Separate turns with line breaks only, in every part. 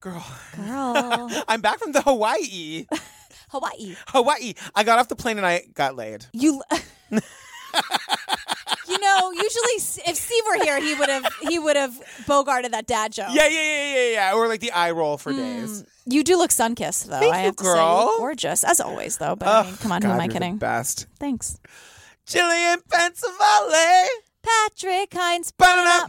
Girl,
Girl,
I'm back from the Hawaii.
Hawaii.
Hawaii. I got off the plane and I got laid.
You. you know, usually S- if Steve were here, he would have he would have bogarted that dad joke.
Yeah, yeah, yeah, yeah, yeah. Or like the eye roll for days.
You do look sunkissed, Hmm. though. I
you,
have to say, you
girl.
look gorgeous as always, though. But I mean, come on, who am I kidding?
best.
Thanks,
Jillian Pensavalle.
Patrick Hines.
Ba-da-da.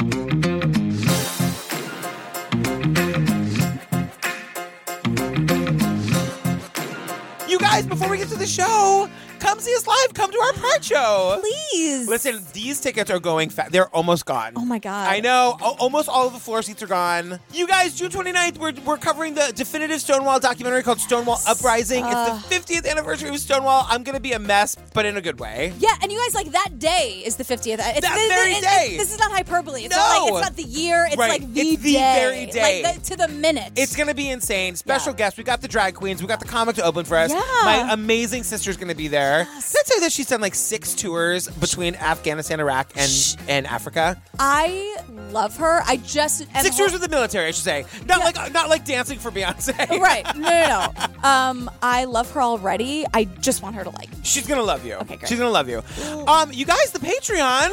You guys, before we get to the show, come see us live. Come to our part show.
Please,
Listen, these tickets are going fast. They're almost gone.
Oh my god!
I know. Al- almost all of the floor seats are gone. You guys, June 29th, we're, we're covering the definitive Stonewall documentary called Stonewall Uprising.
Uh.
it's the 50th anniversary of Stonewall. I'm going to be a mess, but in a good way.
Yeah, and you guys like that day is the 50th. It's, that
very day.
this is not hyperbole. It's
No.
not like it's not the year. It's
Right.
like the
It's the
day,
very day.
like the, to the minute.
It's going to be insane. Special
Yeah.
guests. We got the drag queens. We got the comic to open for us.
Yeah.
My amazing sister's going to be there. Did I tell you that she's done like six tours between Afghanistan, Iraq, and, and Africa?
I love her. I just am
Six tours with the military, I should say. Not like not like dancing for Beyonce.
right. No, no, no. Um, I love her already. I just want her to like. me.
She's gonna love you.
Okay, great.
She's gonna love you. Um, you guys, the Patreon.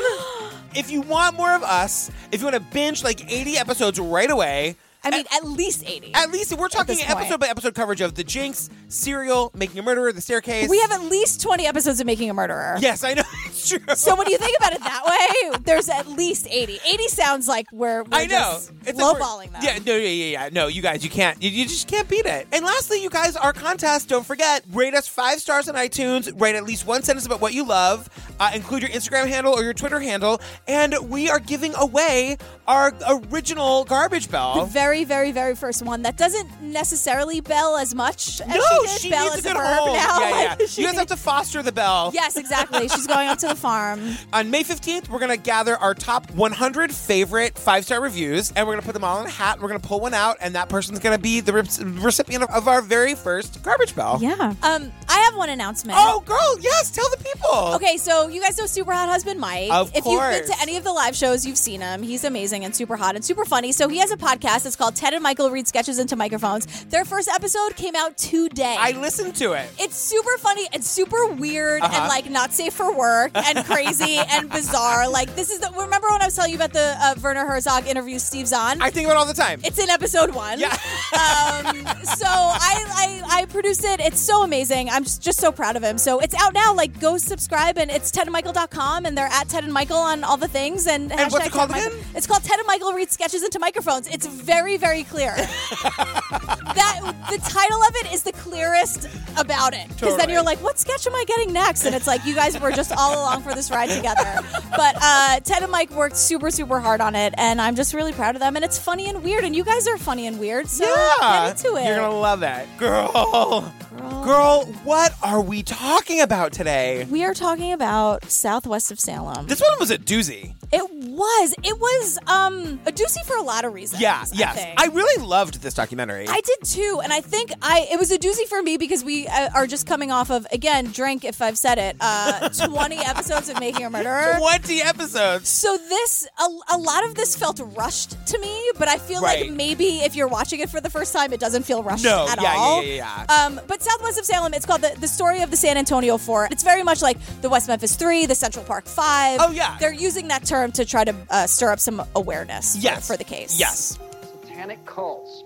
if you want more of us, if you want to binge like 80 episodes right away,
I mean, at least eighty.
at least we're talking
this point.
episode by episode coverage of The Jinx, Serial, Making a Murderer, The Staircase.
we have at least twenty episodes of Making a Murderer.
Yes, I know. It's true.
So when you think about it that way, there's at least eighty. Eighty sounds like we're, we're
I know.
just
like we're-
lowballing them.
Yeah, no, yeah, yeah, yeah. No, you guys, you can't. You, you just can't beat it. And lastly, you guys, our contest. Don't forget, rate us five stars on iTunes. Write at least one sentence about what you love. Uh, include your Instagram handle or your Twitter handle. And we are giving away our original garbage
the
bell.
very, very, very first one that doesn't necessarily bell as much. As
no,
she, did.
she
bell
needs a
is a
good
verb
home.
now.
Yeah,
Like,
yeah.
she
You guys have to foster the bell.
Yes, exactly. She's going up to the farm.
On May 15th, we're going to gather our top 100 favorite five star reviews and we're going to put them all in a hat. We're going to pull one out, and that person's going to be the re- recipient of, of our very first garbage bell.
Yeah. Um, I have one announcement.
Oh, girl, yes, tell the people.
Okay, so you guys know Super Hot Husband Mike.
Of
if you've been
course.
to any of the live shows, you've seen him. He's amazing and super hot and super funny. So he has a podcast. It's called Ted and Michael Read Sketches into Microphones. Their first episode came out today.
I listened to it. Uh-huh.
it's super funny and super weird and like not safe for work and crazy and bizarre. Like this is the remember when I was telling you about the uh, Werner Herzog interview Steve Zahn?
I think about it all the time.
It's in episode one.
Yeah.
um, so I, I I produced it. It's so amazing. I'm just, just so proud of him. So it's out now. Like go subscribe and it's tedandmichael.com and they're at Ted and Michael on all the things and,
And what's
hashtag
it called
Ted and
again?
Michael. It's called Ted and Michael read sketches into microphones. It's very very clear. that the title of it is the clearest about it because then
Totally.
you're like, what sketch am I getting next? And it's like you guys were just all along for this ride together. But uh, Ted and Mike worked super super hard on it, and I'm just really proud of them. And it's funny and weird, and you guys are funny and weird, so
yeah.
get into it.
You're going to love it. Girl.
Girl.
Girl, what are we talking about today?
we are talking about southwest of Salem.
This one was a doozy.
it was it was um a doozy for a lot of reasons.
Yeah,
I
yes.
think.
I really loved this documentary.
I did too, and I think I it was a doozy for me because we uh, are just coming off of again drink if I've said it uh, twenty episodes of Making a Murderer.
20 episodes.
So this a, a lot of this felt rushed to me, but I feel
Right.
like maybe if you're watching it for the first time, it doesn't feel rushed
No,
at
yeah,
all.
yeah, yeah,
Um, but Southwest of Salem, it's called the, the story of the San Antonio Four. It's very much like the West Memphis Three, the Central Park Five.
Oh, yeah.
they're using that term to try to uh, stir up some awareness. for-
Yes.
for the case.
Yes.
satanic cults,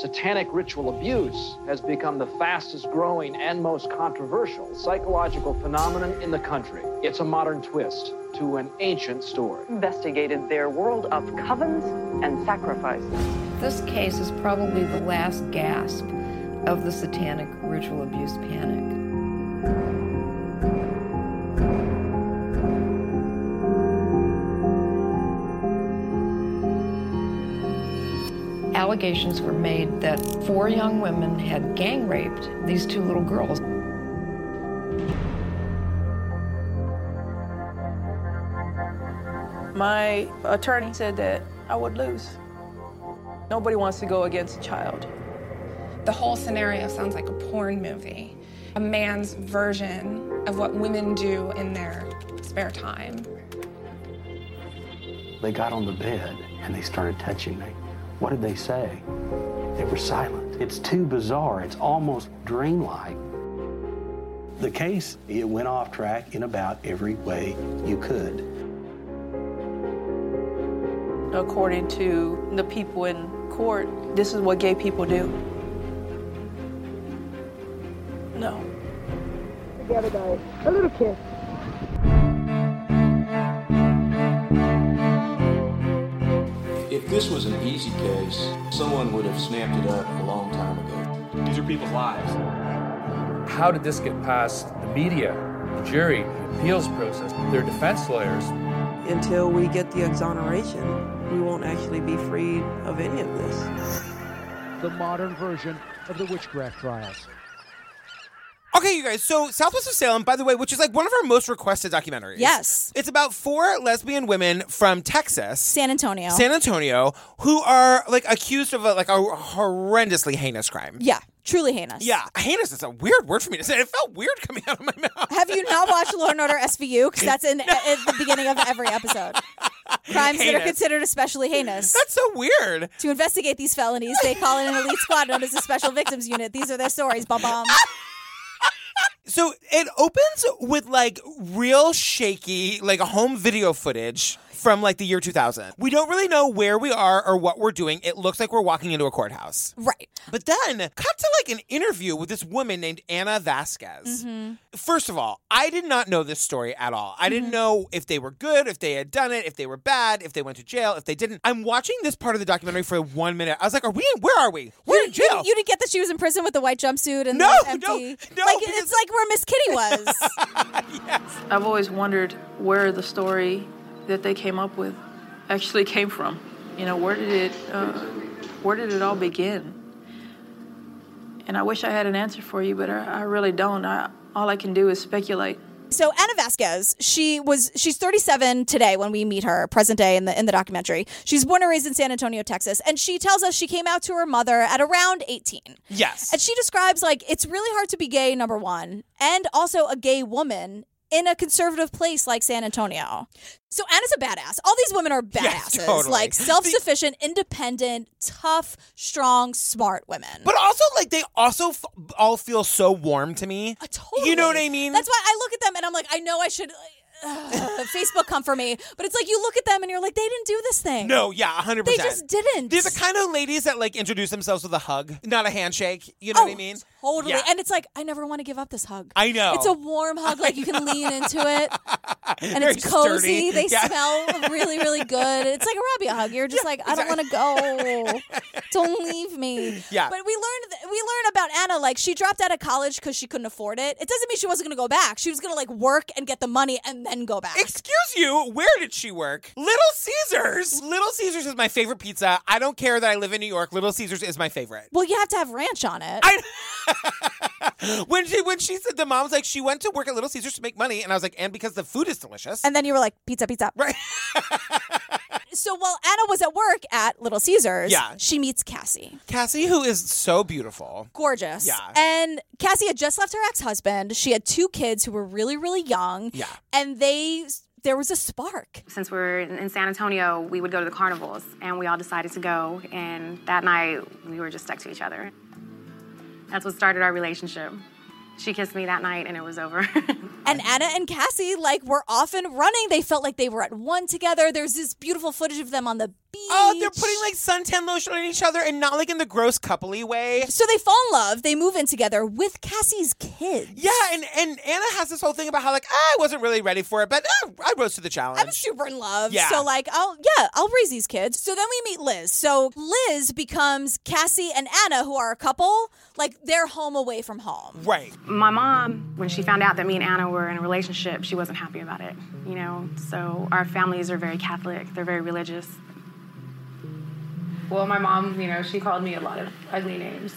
satanic ritual abuse has become the fastest growing and most controversial psychological phenomenon in the country. It's a modern twist to an ancient story.
investigated their world of covens and sacrifices.
This case is probably the last gasp of the satanic ritual abuse panic. Allegations were made that four young women had gang raped these two little girls.
My attorney said that I would lose. Nobody wants to go against a child.
The whole scenario sounds like a porn movie, a man's version of what women do in their spare time.
They got on the bed and they started touching me. What did they say? They were silent. It's too bizarre. It's almost dreamlike. The case, it went off track in about every way you could.
According to the people in court, this is what gay people do. No.
Forget about it. A little kiss.
If this was an easy case, someone would have snapped it up a long time ago. These are people's lives.
How did this get past the media, the jury, the appeals process, their defense lawyers?
Until we get the exoneration, we won't actually be freed of any of this.
The modern version of the witchcraft trials.
Okay, you guys. So, Southwest of Salem, by the way, which is like one of our most requested documentaries.
Yes.
It's about four lesbian women from Texas,
San Antonio.
San Antonio, who are like accused of a, like a horrendously heinous crime.
yeah, truly heinous.
Yeah, heinous is a weird word for me to say. It felt weird coming out of my mouth.
Have you not watched Law and Order SVU? Because that's in at the beginning of every episode. Crimes that are
Heinous.
considered especially heinous.
That's so weird.
to investigate these felonies, they call in an elite squad known as the Special Victims Unit. These are their stories. Bum bum.
Ah, So it opens with like real shaky, like home video footage from like the year 2000. We don't really know where we are or what we're doing. It looks like we're walking into a courthouse.
Right.
But then, cut to like an interview with this woman named Anna Vasquez.
Mm-hmm.
First of all, I did not know this story at all. I
Mm-hmm.
didn't know if they were good, if they had done it, if they were bad, if they went to jail, if they didn't. I'm watching this part of the documentary for one minute. I was like, "Are we? In, where are we? We're in
You- you-
jail."
You, didn't get that she was in prison with the white jumpsuit and
No,
the
no,
empty.
no,
like
because-
it's like where Miss Kitty was.
I've always wondered where the story that they came up with actually came from. You know, where did it, uh, where did it all begin? And I wish I had an answer for you, but I, I really don't. I, all I can do is speculate.
So Anna Vasquez, she was she's 37 today when we meet her, present day in the in the documentary. She's born and raised in San Antonio, Texas, and she tells us she came out to her mother at around 18.
yes.
And she describes like it's really hard to be gay number 1 and also a gay woman in a conservative place like San Antonio. So Anna's a badass. All these women are badasses.
Yes, totally.
Like self-sufficient, independent, tough, strong, smart women.
But also, like, they also f- all feel so warm to me.
Uh, Totally.
You know what I mean?
That's why I look at them and I'm like, I know I should. Uh, Facebook come for me, but it's like you look at them and you're like, they didn't do this thing.
no, yeah, hundred
they
percent.
just didn't.
They're the kind of ladies that like introduce themselves with a hug, not a handshake. You know
oh,
what I mean?
Totally.
Yeah.
And it's like, I never want to give up this hug.
I know.
It's a warm hug, like you can lean into it, and
Very
it's cozy.
sturdy.
They
Yeah.
smell really, really good. It's like a Robbie hug. You're just like, I don't want to go. don't leave me.
Yeah.
But we learned th- we learned about Anna. Like she dropped out of college because she couldn't afford it. It doesn't mean she wasn't going to go back. She was going to like work and get the money and then go back.
Excuse you, where did she work? Little Caesars. Little Caesars is my favorite pizza. I don't care that I live in New York. Little Caesars is my favorite.
Well, you have to have ranch on it.
I when she when she said the mom's like she went to work at Little Caesars to make money, and I was like, and because the food is delicious.
and then you were like, pizza, pizza.
Right.
So while Anna was at work at Little Caesars,
Yeah.
she meets Cassie.
Cassie, who is so beautiful.
Gorgeous.
Yeah.
And Cassie had just left her ex husband. She had two kids who were really, really young.
Yeah.
And they, there was a spark.
Since we're in in San Antonio, we would go to the carnivals, and we all decided to go. And that night, we were just stuck to each other. That's what started our relationship. She kissed me that night, and it was over.
And Anna and Cassie, like, were off and running. They felt like they were at one together. There's this beautiful footage of them on the beach.
Oh, they're putting like suntan lotion on each other, and not like in the gross coupley way.
So they fall in love. They move in together with Cassie's kids.
Yeah, and, and Anna has this whole thing about how like "Ah, I wasn't really ready for it, but uh, I rose to the challenge.
I'm super in love.
Yeah.
So like, I'll yeah, I'll raise these kids. So then we meet Liz. So Liz becomes Cassie and Anna, who are a couple. Like they're home away from home.
right.
My mom, when she found out that me and Anna were in a relationship, she wasn't happy about it. You know, so our families are very Catholic. They're very religious. Well, my mom, you know, she called me a lot of ugly names.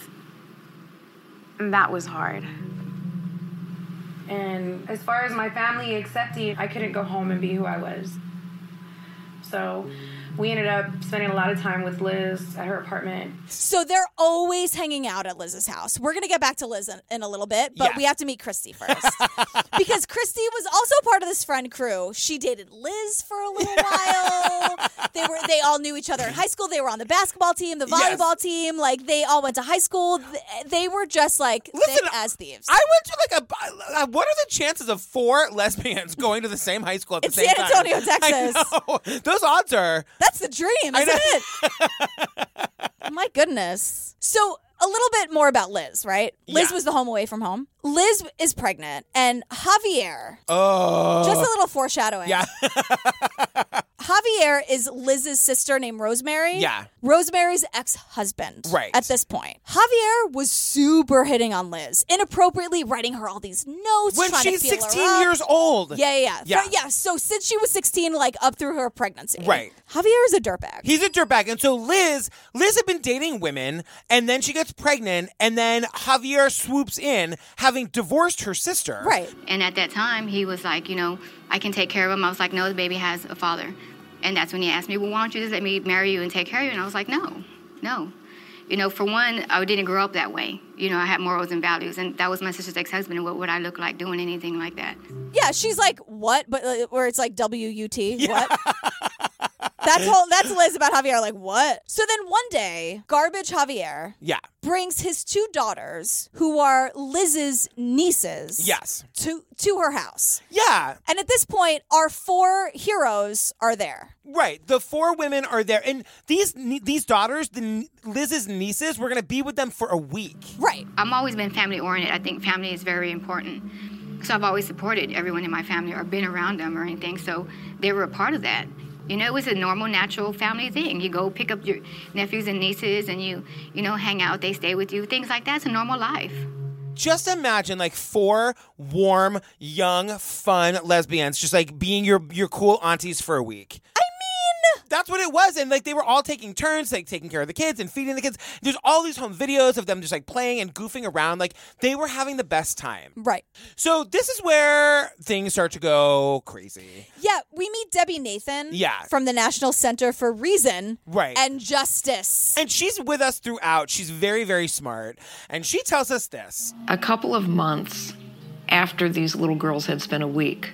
And that was hard. And as far as my family accepting, I couldn't go home and be who I was. So We ended up spending a lot of time with Liz at her apartment.
So they're always hanging out at Liz's house. We're going to get back to Liz in, in a little bit, but
Yeah.
we have to meet Christy first. because Christy was also part of this friend crew. She dated Liz for a little while. they were they all knew each other in high school. They were on the basketball team, the
Yes.
volleyball team, like they all went to high school. Th- They were just like thick as thieves.
I went to like a. uh, What are the chances of four lesbians going to the same high school at the
It's
same
San
time?
Antonio,
I
Texas.
know. Those odds are.
That's the dream, isn't it? My goodness. So, a little bit more about Liz, right? Liz
Yeah.
was the home away from home. Liz is pregnant, and Javier,
Oh.
just a little foreshadowing.
Yeah.
Javier is Liz's sister named Rosemary.
Yeah.
Rosemary's ex husband.
Right.
At this point, Javier was super hitting on Liz, inappropriately writing her all these notes.
When
trying to
she's
feel her
16
up.
years old.
Yeah, yeah, yeah.
Yeah.
Fr- yeah. So, since she was 16, like up through her pregnancy.
Right.
Javier is a dirtbag.
He's a dirtbag. And so Liz, Liz had been dating women, and then she gets pregnant, and then Javier swoops in, having divorced her sister.
Right.
And at that time, he was like, you know, I can take care of him. I was like, no, the baby has a father. And that's when he asked me, well, why don't you just let me marry you and take care of you? And I was like, no, no. You know, for one, I didn't grow up that way. You know, I had morals and values, and that was my sister's ex-husband. And what would I look like doing anything like that?
Yeah, she's like, what? But uh, where it's like W U T, what? That's whole. That's Liz about Javier. Like what? So then one day, garbage Javier
Yeah.
brings his two daughters, who are Liz's nieces,
Yes.
to to her house.
Yeah.
And at this point, our four heroes are there.
Right. The four women are there, and these nie- these daughters, the nie- Liz's nieces, we're gonna be with them for a week.
Right.
I've always been family oriented. I think family is very important. So I've always supported everyone in my family or been around them or anything. So they were a part of that. You know, it was a normal, natural family thing. You go pick up your nephews and nieces and you, you know, hang out, they stay with you, things like that. It's a normal life.
Just imagine like four warm, young, fun lesbians just like being your your cool aunties for a week. I mean, that's what it was, and like they were all taking turns, like taking care of the kids and feeding the kids. There's all these home videos of them just like playing and goofing around. Like they were having the best time.
Right.
So this is where things start to go crazy.
Yeah, we meet Debbie Nathan.
Yeah.
From the National Center for Reason.
Right.
And Justice.
And she's with us throughout. She's very, very smart. And she tells us this.
A couple of months after these little girls had spent a week,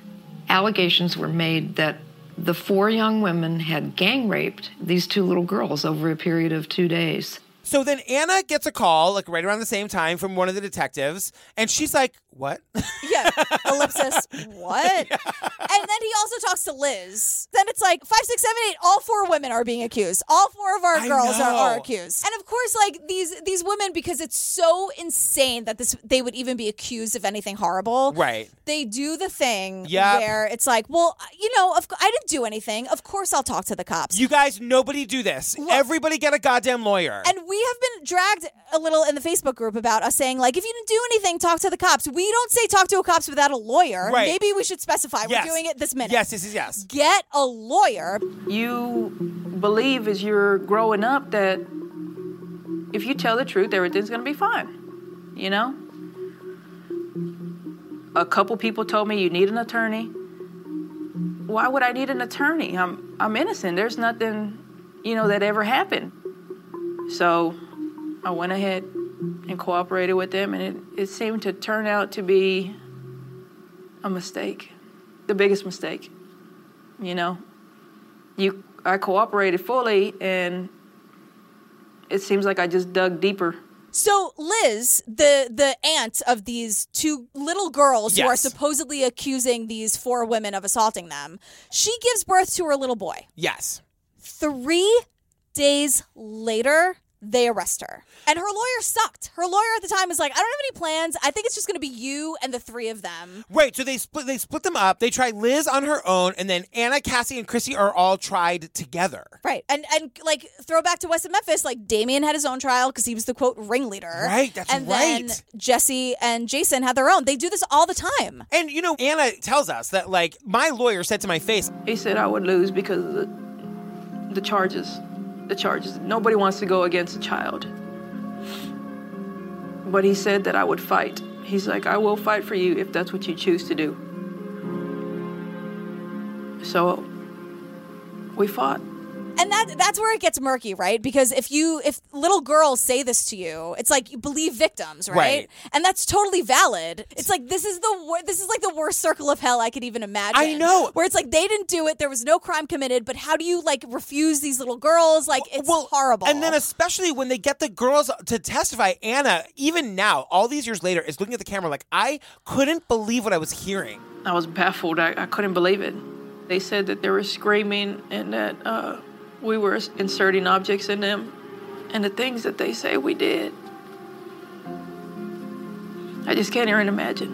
allegations were made that the four young women had gang raped these two little girls over a period of two days.
So then Anna gets a call, like right around the same time, from one of the detectives. And she's like, What?
Yeah. Ellipsis. What? And then he also talks to Liz. Then it's like five, six, seven, eight. All four women are being accused. All four of our
I
girls are, are
know.
accused. And of course, like these these women, because it's so insane that this they would even be accused of anything horrible.
Right.
They do the thing
Yep.
where it's like, well, you know, of, cou- I didn't do anything. Of course, I'll talk to the cops.
You guys, nobody do this. Everybody get a goddamn lawyer.
And we have been dragged a little in the Facebook group about us saying, like, if you didn't do anything, talk to the cops. We don't say talk to a cops without a lawyer.
Right.
Maybe we should specify.
Yes.
We're doing it this minute.
Yes, yes, yes, yes.
Get a lawyer.
you believe as you're growing up that if you tell the truth, everything's going to be fine. You know? A couple people told me you need an attorney. Why would I need an attorney? I'm I'm innocent. There's nothing, you know, that ever happened. So I went ahead and cooperated with them and it, it seemed to turn out to be a mistake. The biggest mistake. You know? you I cooperated fully and it seems like I just dug deeper.
So Liz, the the aunt of these two little girls who are
Yes.
supposedly accusing these four women of assaulting them, she gives birth to her little boy.
Yes.
Three days later, they arrest her. And her lawyer sucked. Her lawyer at the time was like, I don't have any plans. I think it's just gonna be you and the three of them.
Right, so they split they split them up. They try Liz on her own, and then Anna, Cassie, and Chrissy are all tried together.
Right. And and like throw back to West of Memphis, like Damien had his own trial because he was the quote ringleader.
Right, that's
and And then
right.
Jesse and Jason had their own. They do this all the time.
And you know, Anna tells us that like my lawyer said to my face,
He said I would lose because of the, the charges. The charges. Nobody wants to go against a child. But he said that I would fight. He's like, I will fight for you if that's what you choose to do. So we fought.
And that that's where it gets murky, right? Because if you if little girls say this to you, it's like you believe victims, right?
Right.
And that's totally valid. It's like this is the wor- this is like the worst circle of hell I could even imagine.
I know.
Where it's like they didn't do it, there was no crime committed, but how do you like refuse these little girls? Like it's horrible.
And then, especially when they get the girls to testify, Anna, even now, all these years later, is looking at the camera like, I couldn't believe what I was hearing.
I was baffled. I, I couldn't believe it. They said that they were screaming and that uh, we were inserting objects in them and the things that they say we did. I just can't even imagine.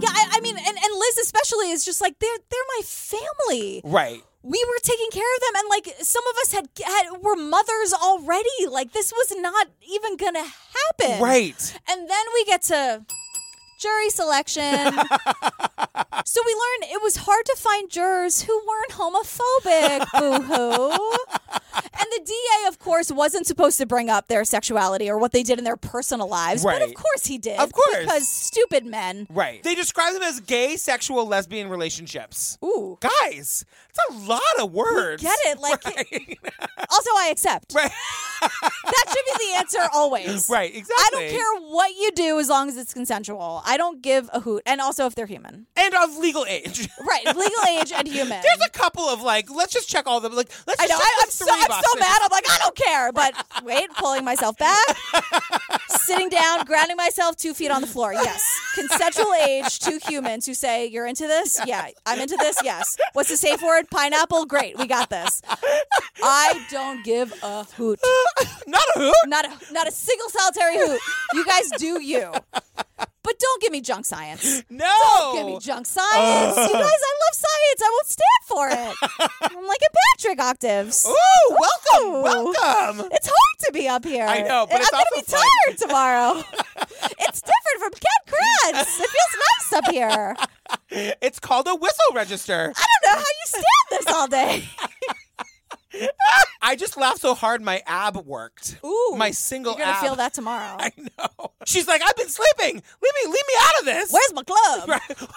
yeah, I, I mean, and, and Liz especially is just like they're they're my family.
Right.
we were taking care of them and like some of us had, had were mothers already like this was not even gonna happen
Right.
and then we get to jury selection so we learn it was hard to find jurors who weren't homophobic boo-hoo and the da of course wasn't supposed to bring up their sexuality or what they did in their personal lives but of
Right.
course he did
Of course.
because stupid men
Right. They describe them as gay, sexual, lesbian relationships.
Ooh.
Guys, it's a lot of words.
Get it? Like, also, I accept.
Right.
that should be the answer always.
Right,
I don't
exactly.
care what you do as long as it's consensual. I don't give a hoot. And also, if they're human.
And of legal age.
Right, legal age and human.
There's a couple of like, let's just check all the like. Let's
I
just
know.
check
I,
the
I'm, so,
three
I'm so
boxes.
mad. I'm like, I don't care. But wait, pulling myself back, sitting down, grounding myself two feet on the floor. Yes. Consensual age to humans who say, You're into this? Yeah. I'm into this? Yes. What's the safe word? Pineapple? Great. We got this. I don't give a hoot.
Not a hoot?
Not a, not a single solitary hoot. You guys do you. But don't give me junk science.
No.
Don't give me junk science.
Ugh.
You guys, I love science. I won't stand for it. I'm like a Patrick octaves.
Ooh, welcome, welcome.
It's hard to be up here.
I know, but
And
it's
I'm
also
gonna be
fun.
tired tomorrow. it's different from Ken Kratz. It feels nice up here.
It's called a whistle register.
I don't know how you stand this all day.
I just laughed so hard my ab worked.
Ooh,
my single
You're gonna
ab.
feel that tomorrow.
She's like, I've been sleeping. Leave me, leave me out of this.
Where's my club?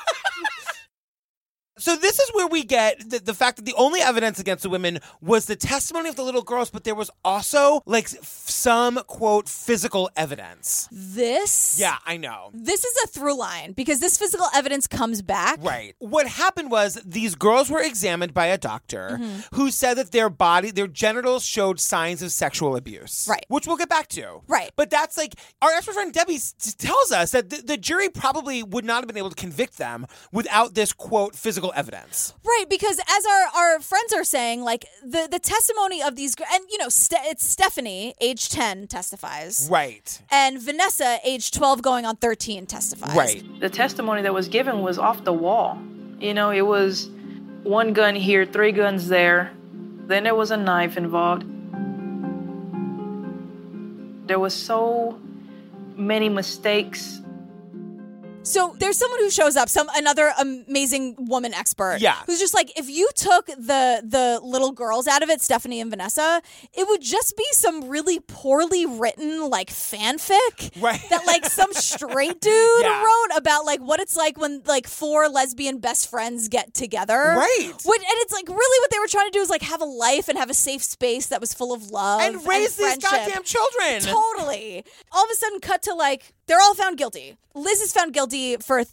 So this is where we get the, the fact that the only evidence against the women was the testimony of the little girls, but there was also like f- some quote physical evidence.
This
Yeah, I know.
This is a through line because this physical evidence comes back.
Right. What happened was these girls were examined by a doctor
Mhm.
who said that their body, their genitals showed signs of sexual abuse. Right. Which we'll get back to.
Right.
But that's like our expert friend Debbie s- s- tells us that the, the jury probably would not have been able to convict them without this quote physical evidence.
Right, because as our, our friends are saying, like the, the testimony of these, gr- and you know, Ste- it's Stephanie, age 10, testifies.
Right.
And Vanessa, age 12, going on 13, testifies.
The testimony that was given was off the wall. You know, it was one gun here, three guns there. Then there was a knife involved. There was so many mistakes.
So there's someone who shows up, some another amazing woman expert.
Yeah.
Who's just like, if you took the the little girls out of it, Stephanie and Vanessa, it would just be some really poorly written like fanfic.
Right.
That like some straight dude
Yeah.
wrote about like what it's like when like four lesbian best friends get together.
Right.
Which, and it's like really what they were trying to do is like have a life and have a safe space that was full of love.
And raise these
friendship.
goddamn children.
Totally. All of a sudden, cut to like, they're all found guilty. Liz is found guilty for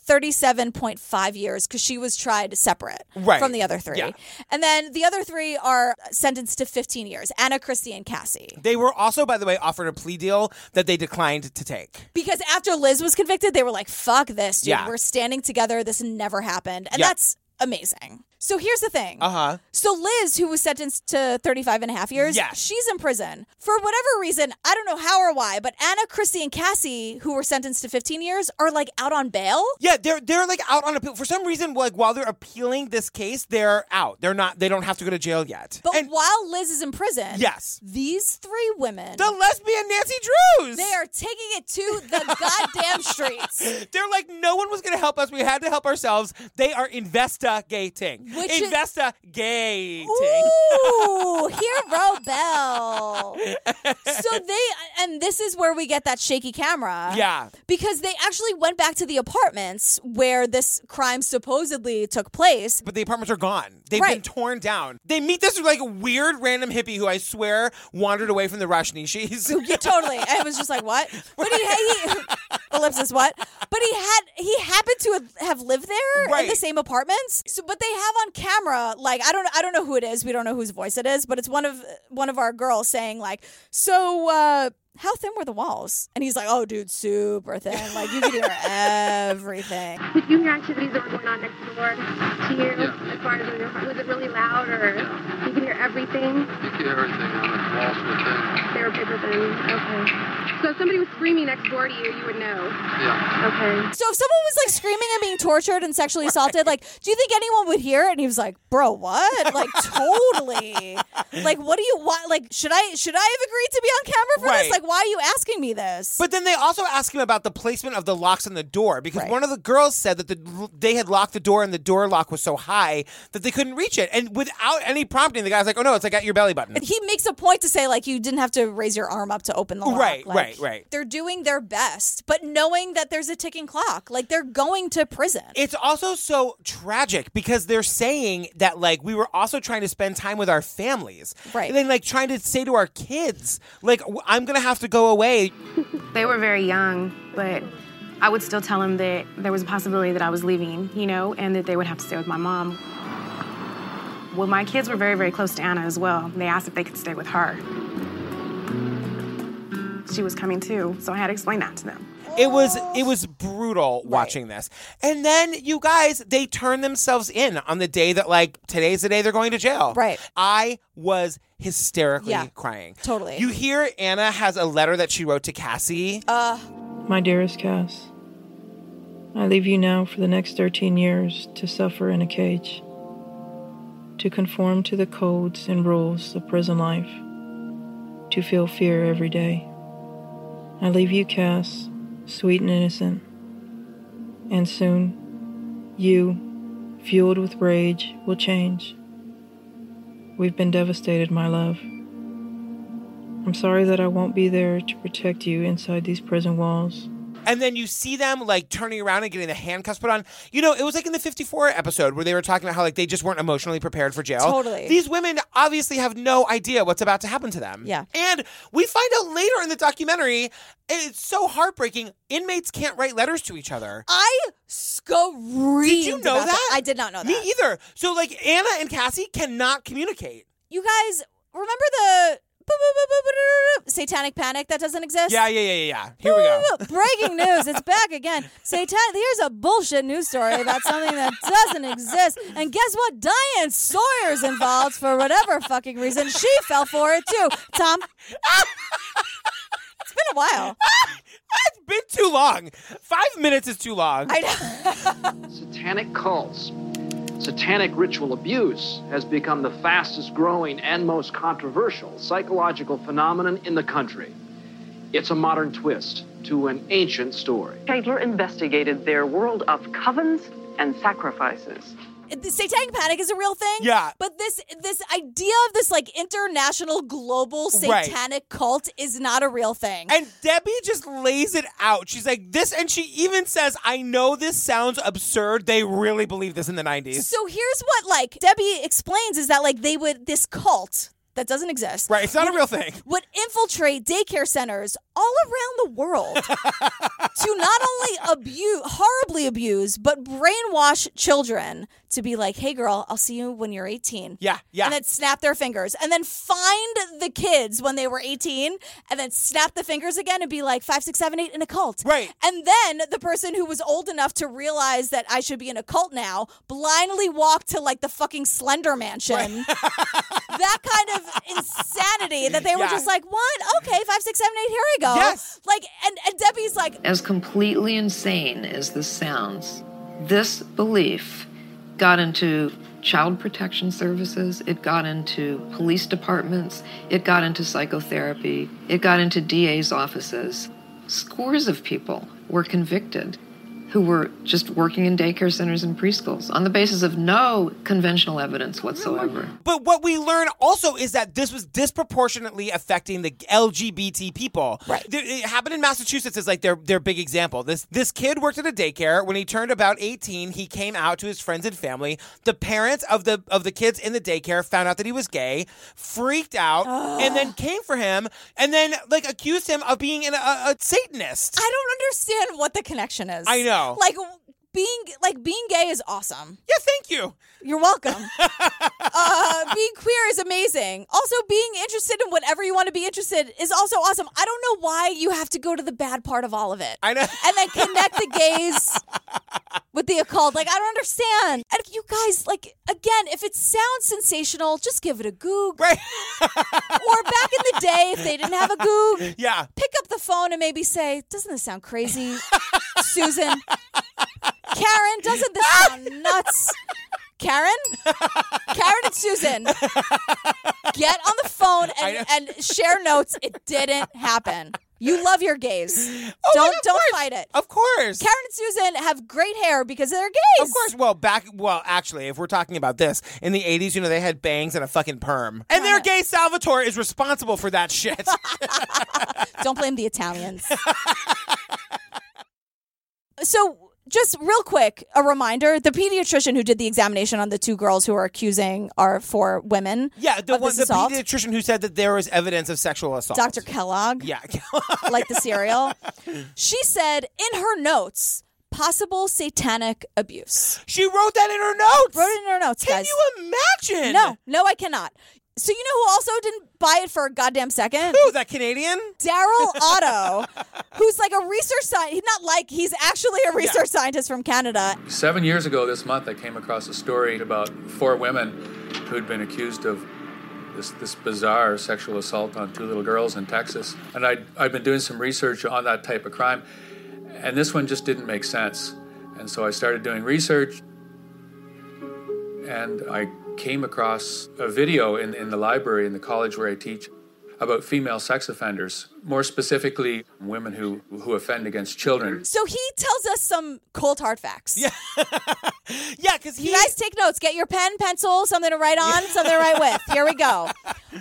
37.5 years because she was tried separate
Right.
from the other three.
Yeah.
And then the other three are sentenced to 15 years Anna, Christie, and Cassie.
They were also, by the way, offered a plea deal that they declined to take.
Because after Liz was convicted, they were like, fuck this, dude.
Yeah.
We're standing together. This never happened. And
Yeah.
that's amazing. So here's the thing.
Uh huh.
So Liz, who was sentenced to 35 and a half years,
Yes.
she's in prison. For whatever reason, I don't know how or why, but Anna, Christie, and Cassie, who were sentenced to 15 years, are like out on bail.
Yeah, they're they're like out on appeal for some reason. Like while they're appealing this case, they're out. They're not. They don't have to go to jail yet.
But while Liz is in prison,
Yes.
these three women,
The lesbian Nancy Drews.
they are taking it to the goddamn streets.
They're like, no one was going to help us. We had to help ourselves. They are investigating.
Which is-
investigating.
Ooh, hero bell. So they and this is where we get that shaky camera.
Yeah.
Because they actually went back to the apartments where this crime supposedly took place.
But the apartments are gone. They've been
Right.
torn down. They meet this like weird random hippie who I swear wandered away from the Rashnishis.
Yeah, totally. I was just like, what? But he, he ellipsis what? But he had he happened to have lived there in the
Right.
same apartments. So, but they have on camera like I don't I don't know who it is. We don't know whose voice it is, but it's one of one of our girls saying like, so. uh how thin were the walls? And he's like, "Oh, dude, super thin. Like you could hear everything."
With union activities that were going on next door to you, as far as in your apartment, was it really loud or you can hear everything?
You can hear everything on the walls within.
They were bigger than okay. So if somebody was screaming next door to you, you would know.
Yeah.
Okay.
So if someone was like screaming and being tortured and sexually assaulted, like, do you think anyone would hear? And he was like, "Bro, what? Like, totally. like, what do you want? Like, should I should I have agreed to be on camera for
Right.
this? Like, why are you asking me this?
But then they also ask him about the placement of the locks on the door because one of the girls said that the, they had locked the door and the door lock was so high that they couldn't reach it. And without any prompting, the guy's like, "Oh no, it's like at your belly button."
And he makes a point to say like you didn't have to raise your arm up to open the lock.
Right,
Like,
right, right.
They're doing their best, but knowing that there's a ticking clock, like they're going to prison.
It's also so tragic because they're saying that like we were also trying to spend time with our families,
Right.
And then like trying to say to our kids, like "W- I'm gonna have to go away.
They were very young, but I would still tell them that there was a possibility that I was leaving, you know, and that they would have to stay with my mom. Well, my kids were very, very close to Anna as well. They asked if they could stay with her. She was coming too, so I had to explain that to them.
It was it was brutal watching this. And then you guys, they turn themselves in on the day that like today's the day they're going to jail.
Right.
I was hysterically
Yeah.
crying.
Totally.
You hear Anna has a letter that she wrote to Cassie.
Uh
My dearest Cass, I leave you now for the next 13 years to suffer in a cage, to conform to the codes and rules of prison life, to feel fear every day. I leave you, Cass, sweet and innocent, and soon you, fueled with rage, will change. We've been devastated, my love. I'm sorry that I won't be there to protect you inside these prison walls.
And then you see them like turning around and getting the handcuffs put on. You know, it was like in the 54 episode where they were talking about how like they just weren't emotionally prepared for jail.
Totally.
These women obviously have no idea what's about to happen to them.
Yeah.
And we find out later in the documentary, and it's so heartbreaking. Inmates can't write letters to each other.
I screamed.
Did you know
about
that?
I did not know that.
Me either. So like Anna and Cassie cannot communicate.
You guys remember the bu- bu- bu- bu- bu- satanic panic that doesn't exist?
Yeah, yeah, yeah, yeah, yeah. Here we go.
Breaking news, it's back again. Satan here's a bullshit news story about something that doesn't exist. And guess what? Diane Sawyer's involved for whatever fucking reason. She fell for it too. Tom. It's been a while.
It's been too long. Five minutes is too long.
I know.
satanic cults. Satanic ritual abuse has become the fastest growing and most controversial psychological phenomenon in the country. It's a modern twist to an ancient story.
Taylor investigated their world of covens and sacrifices.
the satanic panic is a real thing.
Yeah.
But this this idea of this like international global
Right.
satanic cult is not a real thing.
And Debbie just lays it out. She's like, this, and she even says, I know this sounds absurd. They really believed this in the 90s.
So here's what like Debbie explains is that like they would this cult that doesn't exist.
right, it's not a real thing.
Would infiltrate daycare centers all around the world to not only abuse, horribly abuse, but brainwash children to be like, hey, girl, I'll see you when you're 18.
Yeah, yeah.
And then snap their fingers. And then find the kids when they were 18 and then snap the fingers again and be like, five, six, seven, eight in a cult.
Right.
And then the person who was old enough to realize that I should be in a cult now blindly walked to like the fucking Slender Mansion. that kind of insanity that they were
Yeah.
just like, what? Okay, five, six, seven, eight, here we go.
Yes.
Like, and, and Debbie's like,
As completely insane as this sounds, this belief got into child protection services, it got into police departments, it got into psychotherapy, it got into DA's offices. Scores of people were convicted who were just working in daycare centers and preschools on the basis of no conventional evidence whatsoever.
But what we learn also is that this was disproportionately affecting the LGBT people. Right. It happened in Massachusetts is like their their big example. This this kid worked at a daycare. When he turned about 18, he came out to his friends and family. The parents of the of the kids in the daycare found out that he was gay, freaked out, and then came for him and then like accused him of being an, a, a Satanist.
I don't understand what the connection is.
I know.
Like being like being gay is awesome.
Yeah, thank you.
You're welcome. uh, being queer is amazing. Also, being interested in whatever you want to be interested is also awesome. I don't know why you have to go to the bad part of all of it.
I know.
And then connect the gays with the occult. Like I don't understand. And you guys, like again, if it sounds sensational, just give it a goog.
Right.
or back in the day, if they didn't have a goog,
Yeah.
pick up the phone and maybe say, "Doesn't this sound crazy, Susan? Karen, doesn't this sound nuts?" Karen, Karen and Susan, get on the phone and, and share notes. It didn't happen. You love your gays. don't don't fight it.
Oh Of course.
Karen and Susan have great hair because they're gays.
Of course. Well, back. Well, actually, if we're talking about this, in the '80s, you know, they had bangs and a fucking perm, and their gay Salvatore is responsible for that shit.
Don't blame the Italians. so, just real quick, a reminder the pediatrician who did the examination on the two girls who are accusing are four women.
yeah, the
of
one,
this
the
assault,
pediatrician who said that there was evidence of sexual assault.
Dr. Kellogg,
Yeah.
like the cereal, she said in her notes, possible satanic abuse.
She wrote that in her notes.
Wrote it in her notes, Can guys.
Can you imagine?
No, no, I cannot. So you know who also didn't buy it for a goddamn second?
Who that Canadian?
Daryl Otto, who's like a research scientist. Not like he's actually a research scientist from Canada,
Seven years ago this month, I came across a story about four women who'd been accused of this, this bizarre sexual assault on two little girls in Texas. And I'd, I'd been doing some research on that type of crime, and this one just didn't make sense. And so I started doing research, and I came across a video in, in the library in the college where I teach about female sex offenders, more specifically, women who, who offend against children.
So he tells us some cold hard facts. Yeah.
yeah, because he.
You guys take notes. Get your pen, pencil, something to write on, something to write with. Here we go.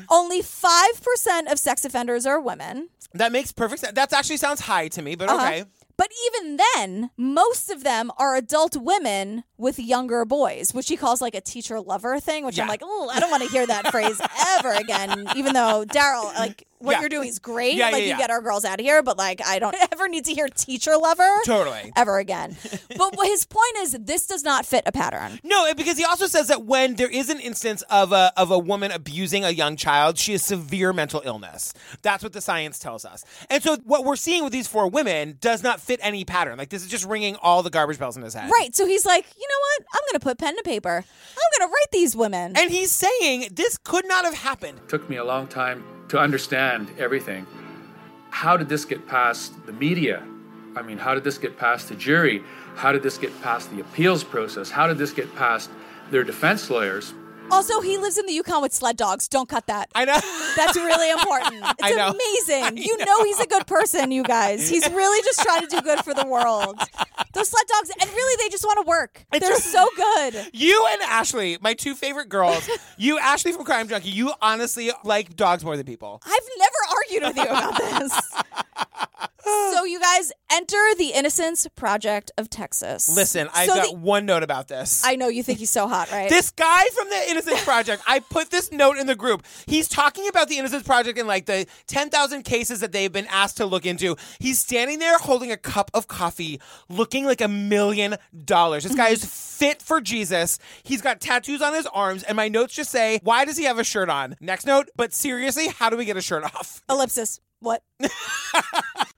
Only 5% of sex offenders are women.
That makes perfect sense. That actually sounds high to me, but
Uh-huh.
okay.
But even then, most of them are adult women with younger boys, which he calls like a teacher lover thing, which I'm
Yeah.
like, oh, I don't want to hear that phrase ever again. Even though, Daryl, like, what
Yeah.
you're doing is great.
Yeah, yeah,
like, you
yeah.
get our girls out of here, but like, I don't ever need to hear teacher lover
Totally.
ever again. but what his point is, this does not fit a pattern.
No, it- because he also says that when there is an instance of a of a woman abusing a young child, she has severe mental illness. That's what the science tells us. And so what we're seeing with these four women does not fit any pattern. Like this is just ringing all the garbage bells in his head.
Right. So he's like, you know what? I'm going to put pen to paper. I'm going to write these women.
And he's saying this could not have happened.
took me a long time to understand everything. How did this get past the media? I mean, how did this get past the jury? How did this get past the appeals process? How did this get past their defense lawyers?
Also, he lives in the Yukon with sled dogs. Don't cut that.
I know.
That's really important. It's
I know.
amazing. you know. he's a good person, you guys. He's really just trying to do good for the world. Those sled dogs, and really, they just want to work. They're so good.
You and Ashley, my two favorite girls. you, Ashley from Crime Junkie, you honestly like dogs more than people.
I've never argued with you about this. so, you guys, enter the Innocence Project of Texas.
Listen, I've
So
got
the-
one note about this.
I know you think he's so hot, right?
This guy from the Innocence Project, I put this note in the group. He's talking about the Innocence Project and like the 10,000 cases that they've been asked to look into. He's standing there holding a cup of coffee, looking like a million dollars. This guy is
Mm-hmm.
fit for Jesus. He's got tattoos on his arms, and my notes just say, Why does he have a shirt on? Next note, but seriously, how do we get a shirt off?
Ellipsis. What?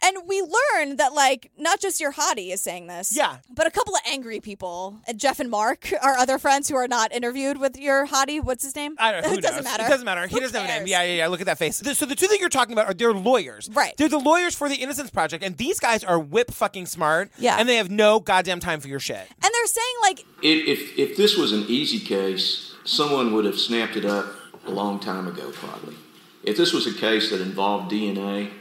and we learn that, like, not just your hottie is saying this.
Yeah.
But a couple of angry people, uh, Jeff and Mark, our other friends who are not interviewed with your hottie. What's his name?
I don't know. Who
it doesn't
knows?
matter.
It doesn't matter. He doesn't have a name. Yeah, yeah, yeah. Look at that face. The- So the two that you're talking about are they're lawyers.
Right.
They're the lawyers for the Innocence Project, and these guys are whip fucking smart.
Yeah.
And they have no goddamn time for your shit.
And they're saying, like,
If, if, if this was an easy case, someone would have snapped it up a long time ago, probably. If this was a case that involved DNA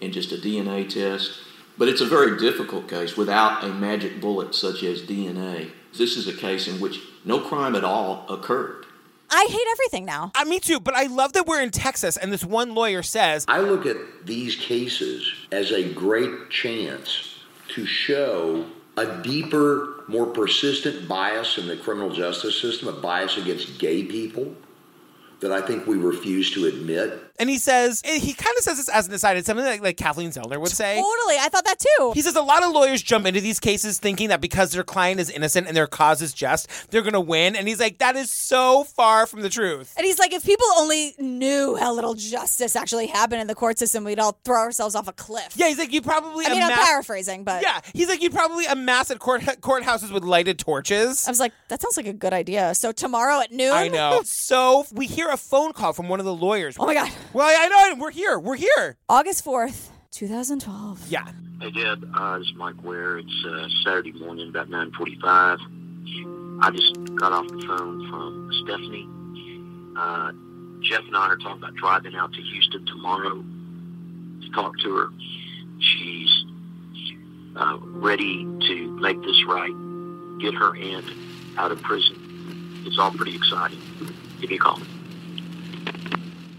and just a DNA test, But it's a very difficult case without a magic bullet such as DNA. This is a case in which no crime at all occurred.
I hate everything now.
Uh, me too, but I love that we're in Texas and this one lawyer says,
I look at these cases as a great chance to show a deeper, more persistent bias in the criminal justice system, a bias against gay people that I think we refuse to admit.
and he says, and he kind of says this as an aside. It's something like, like Kathleen Zellner would say.
Totally. I thought that too.
He says a lot of lawyers jump into these cases thinking that because their client is innocent and their cause is just, they're going to win. And he's like, that is so far from the truth.
And he's like, if people only knew how little justice actually happened in the court system, we'd all throw ourselves off a cliff.
Yeah, he's like, you probably.
I mean, I'm
amass-
paraphrasing, but
Yeah, he's like, you'd probably amass at court- courthouses with lighted torches.
I was like, that sounds like a good idea. So tomorrow at noon,
I know. so we hear a phone call from one of the lawyers.
Oh my God.
Well, I know. We're here. We're here.
August fourth, two thousand twelve.
Yeah.
Hey, Dad. Uh, this is Mike Ware. It's uh, Saturday morning, about 9:45. I just got off the phone from Stephanie. Uh, Jeff and I are talking about driving out to Houston tomorrow to talk to her. She's uh, ready to make this right, get her aunt out of prison. It's all pretty exciting. Give me a call.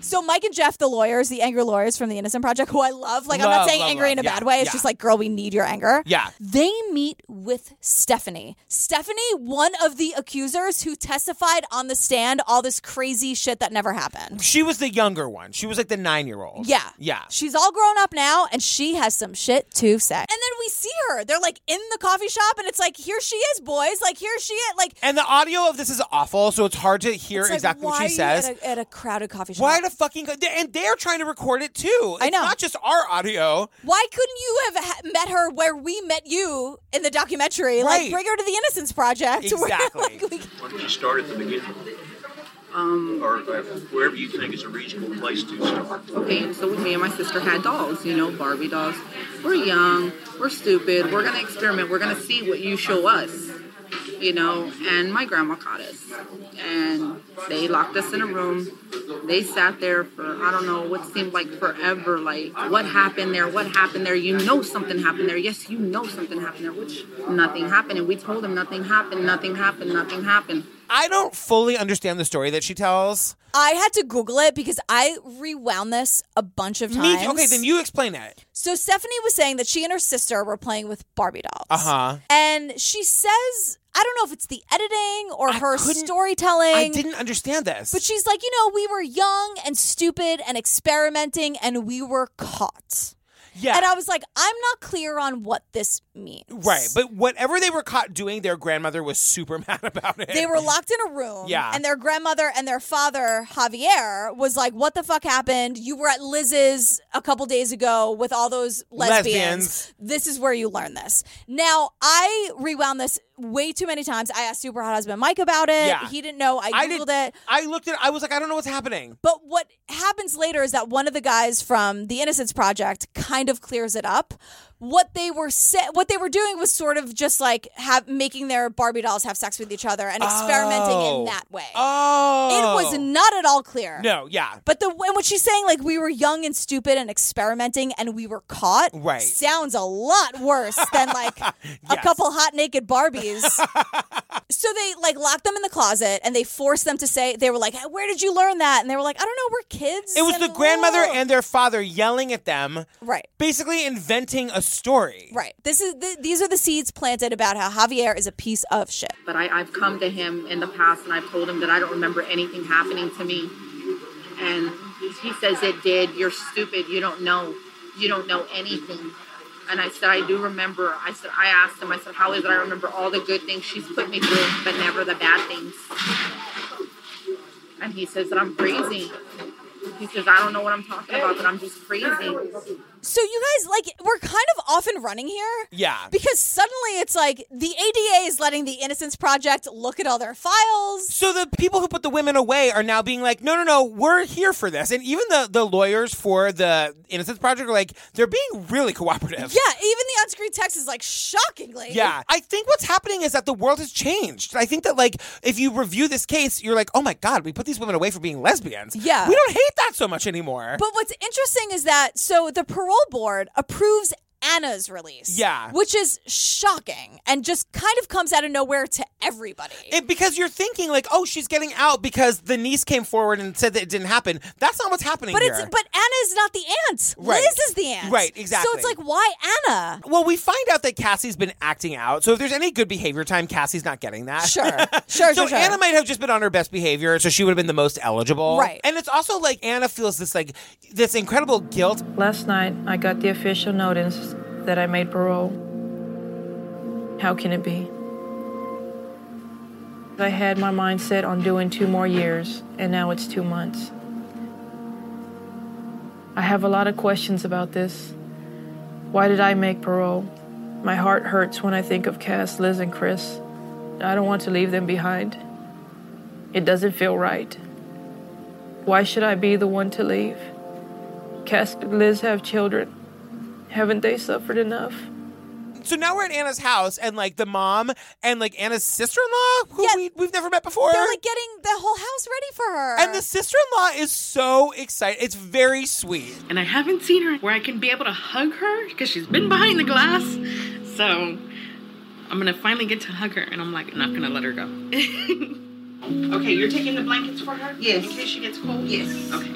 So Mike and Jeff, the lawyers, the angry lawyers from the Innocent Project, who I love. Like I'm not
Love,
saying
love,
angry in a
love. Yeah,
bad way. It's
yeah.
just like, girl, we need your anger.
Yeah.
They meet with Stephanie. Stephanie, one of the accusers who testified on the stand all this crazy shit that never happened.
She was the younger one. She was like the nine year old.
Yeah.
Yeah.
She's all grown up now and she has some shit to say. And then we see her. They're like in the coffee shop and it's like, here she is, boys. Like, here she is. Like,
And the audio of this is awful, so it's hard to hear
it's like,
exactly
why
what
are
she
you
says.
At a, at a crowded coffee shop.
Why the fucking. co- And they're trying to record it too. It's
I know.
not just our audio.
Why couldn't you have ha- met her where we met you in the documentary? Like,
Right.
bring her to the Innocence Project. where-
Exactly.
Why don't you start at the beginning? Um, or uh, wherever you think is a reasonable place to start.
Okay, so we- me and my sister had dolls, you know, Barbie dolls. We're young, we're stupid, we're gonna experiment, we're gonna see what you show us, you know. And my grandma caught us, and they locked us in a room. They sat there for I don't know what seemed like forever. Like, what happened there? What happened there? You know something happened there. Yes, you know something happened there. Which nothing happened, and we told them nothing happened, nothing happened, nothing happened.
I don't fully understand the story that she tells.
I had to Google it because I rewound this a bunch of times.
Me, okay, then you explain it.
So Stephanie was saying that she and her sister were playing with Barbie dolls.
Uh huh.
And she says, I don't know if it's the editing or her storytelling.
I didn't understand this.
But she's like, you know, we were young and stupid and experimenting and we were caught.
Yeah.
And I was like, I'm not clear on what this means.
Right, but whatever they were caught doing, their grandmother was super mad about it.
They were locked in a room.
Yeah.
And their grandmother and their father, Javier, was like, What the fuck happened? You were at Liz's a couple days ago with all those lesbians.
Lesbians.
This is where you learn this. Now, I rewound this way too many times. I asked Super Hot Husband Mike about it.
Yeah.
He didn't know. I
I
Googled
did-
it.
I looked at. I was like, I don't know what's happening.
But what happens later is that one of the guys from the Innocence Project kind of clears it up. What they were sa- what they were doing was sort of just like have making their Barbie dolls have sex with each other and experimenting
Oh.
in that way.
Oh,
It was not at all clear.
No, yeah,
But the and what she's saying, like we were young and stupid and experimenting, and we were caught.
Right.
sounds a lot worse than like a couple hot naked Barbies. so they like locked them in the closet and they forced them to say they were like, "Where did you learn that?" And they were like, "I don't know, we're kids."
it was
and
the grandmother
blah."
and their father yelling at them,
right.
basically inventing a story.
Right. This is th- these are the seeds planted about how Javier is a piece of shit.
But I, I've come to him in the past and I've told him that I don't remember anything happening to me. And he says it did. You're stupid. You don't know. You don't know anything. And I said, I do remember. I said, I asked him, I said, how is it I remember all the good things she's put me through, but never the bad things? And he says that I'm crazy. He says, I don't know what I'm talking about, but I'm just crazy.
So you guys like we're kind of off and running here.
Yeah.
Because suddenly it's like the ADA is letting the Innocence Project look at all their files.
So the people who put the women away are now being like, no, no, no, we're here for this. And even the, the lawyers for the Innocence Project are like, they're being really cooperative.
Yeah, even the on-screen text is like shockingly.
Yeah. I think what's happening is that the world has changed. I think that, like, if you review this case, you're like, oh my God, we put these women away for being lesbians.
Yeah.
We don't hate that so much anymore.
But what's interesting is that so the parole board approves Anna's release.
Yeah.
Which is shocking and just kind of comes out of nowhere to everybody.
It, because you're thinking like, oh, she's getting out because the niece came forward and said that it didn't happen. That's not what's happening
But
here.
it's but Anna's not the aunt.
Right.
Liz is the aunt.
Right,
So
exactly.
it's like, uh. why Anna?
well, we find out that Cassie's been acting out. So if there's any good behavior time, Cassie's not getting that.
Sure. Sure,
so
sure, sure.
Anna might have just been on her best behavior, so she would have been the most eligible.
Right.
And it's also like Anna feels this like this incredible guilt.
Last night, I got the official notice that I made parole. How can it be? I had my mind set on doing two more years, and now it's two months. I have a lot of questions about this. Why did I make parole? My heart hurts when I think of Cass, Liz, and Chris. I don't want to leave them behind. It doesn't feel right. Why should I be the one to leave? Cass and Liz have children. Haven't they suffered enough?
So now we're at Anna's house and like the mom and like Anna's sister-in-law, who we, we've never met before.
They're like getting the whole house ready for her.
and the sister-in-law is so excited. It's very sweet.
And I haven't seen her where I can be able to hug her because she's been behind the glass. So I'm gonna finally get to hug her, and I'm like, not gonna let her go. okay, you're taking the blankets for her?
Yes.
In case she gets cold? Yes. Okay.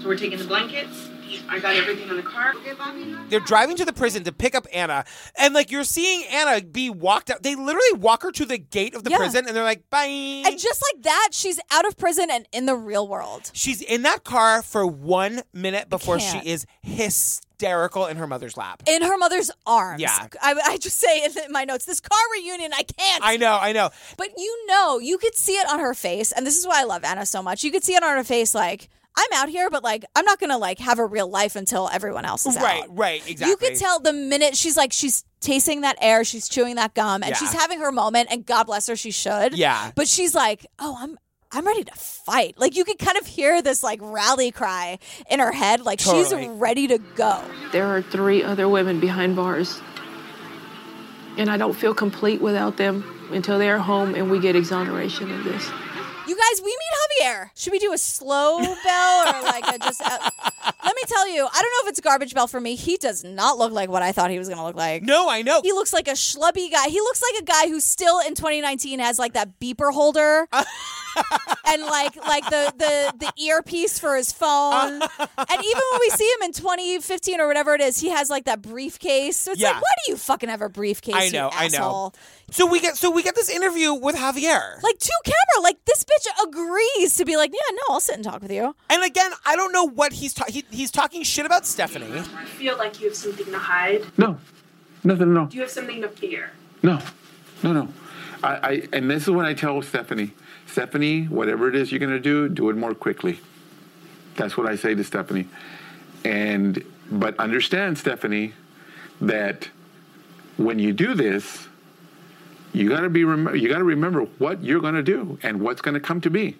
So we're taking the blankets. I got everything in the car. Okay, Bobby.
They're driving to the prison to pick up Anna, and like you're seeing Anna be walked out. They literally walk her to the gate of the
Yeah.
prison, and they're like, "Bye."
And just like that, she's out of prison and in the real world.
She's in that car for one minute before she
can't.
is hysterical in her mother's lap.
In her mother's arms.
Yeah.
I, I just say in my notes, this car reunion, I can't.
I know, I know.
But you know, you could see it on her face, and this is why I love Anna so much. You could see it on her face, like I'm out here, but like I'm not gonna like have a real life until everyone else is
Right,
out.
right, exactly.
You could tell the minute she's like she's tasting that air, she's chewing that gum, and
Yeah.
she's having her moment. And God bless her, she should.
Yeah.
But she's like, oh, I'm. I'm ready to fight. Like you could kind of hear this like rally cry in her head. Like
Totally.
she's ready to go.
There are three other women behind bars. And I don't feel complete without them until they're home and we get exoneration of this.
You guys, we meet Javier. Should we do a slow bell or like a just? uh let me tell you, I don't know if it's a garbage bell for me. He does not look like what I thought he was going to look like.
No, I know.
He looks like a schlubby guy. He looks like a guy who still in 2019 has like that beeper holder. and like like the, the the earpiece for his phone, and even when we see him in 2015 or whatever it is, he has like that briefcase. So it's
Yeah.
like, why do you fucking have a briefcase?
I
you
know, I know.
asshole?
So we get so we get this interview with Javier.
Like two camera, like this bitch agrees to be like, yeah, no, I'll sit and talk with you.
And again, I don't know what he's ta- he, he's talking shit about Stephanie.
I feel like you have something to hide.
No, nothing, no,
You have something to fear.
no, no, no. I, I, and this is what I tell Stephanie. Stephanie, whatever it is you're gonna do, do it more quickly. That's what I say to Stephanie. And but understand, Stephanie, that when you do this, you gotta be rem- you gotta remember what you're gonna do and what's gonna come to be.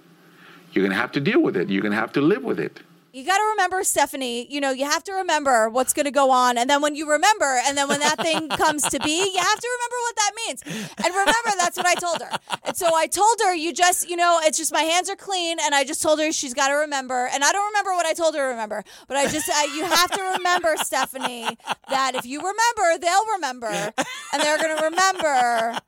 You're gonna have to deal with it. You're gonna have to live with it.
You got to remember, Stephanie, you know, you have to remember what's going to go on. And then when you remember, and then when that thing comes to be, you have to remember what that means. And remember, that's what I told her. And so I told her, you just, you know, it's just my hands are clean. And I just told her she's got to remember. And I don't remember what I told her to remember, but I just, I, you have to remember, Stephanie, that if you remember, they'll remember. And they're going to remember.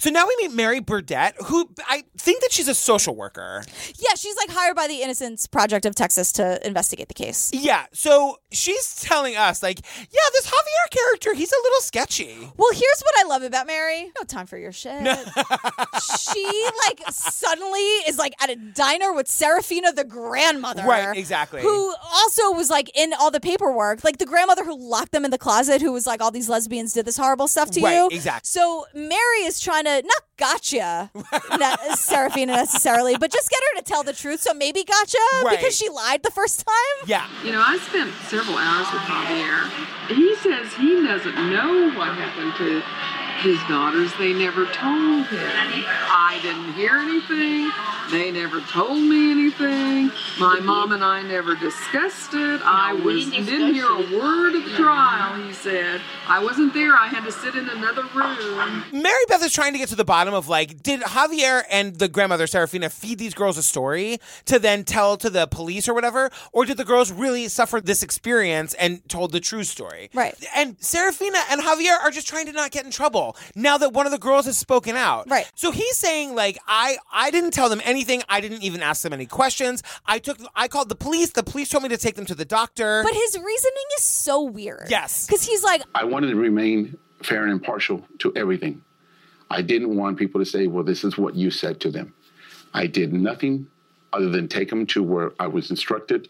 So now we meet Mary Burdett, who I think that she's a social worker.
Yeah, she's like hired by the Innocence Project of Texas to investigate the case.
Yeah, so she's telling us like, yeah, this Javier character, he's a little sketchy.
Well, here's what I love about Mary. No time for your shit. she like suddenly is like at a diner with Serafina the grandmother.
Right, exactly.
Who also was like in all the paperwork. Like the grandmother who locked them in the closet who was like all these lesbians did this horrible stuff to
Right,
you.
exact-
So Mary is trying to not gotcha not Serafina necessarily, but just get her to tell the truth. So maybe gotcha
Right.
because she lied the first time.
Yeah.
You know, I spent several hours with Javier. He says he doesn't know what happened to his daughters. They never told him. I didn't hear anything. They never told me anything. My mom and I never discussed it. I
we
was
discussed
didn't hear
it.
a word of the trial. He said I wasn't there. I had to sit in another room.
Mary Beth is trying to get to the bottom of like, did Javier and the grandmother Serafina feed these girls a story to then tell to the police or whatever? Or did the girls really suffer this experience and told the true story?
Right.
And Serafina and Javier are just trying to not get in trouble now that one of the girls has spoken out. Right. So he's saying, like, I I didn't tell them anything. I didn't even ask them any questions. I took I called the police. The police told me to take them to the doctor.
But his reasoning is so weird.
Yes.
Because he's like,
I wanted to remain fair and impartial to everything. I didn't want people to say, well, this is what you said to them. I did nothing other than take them to where I was instructed.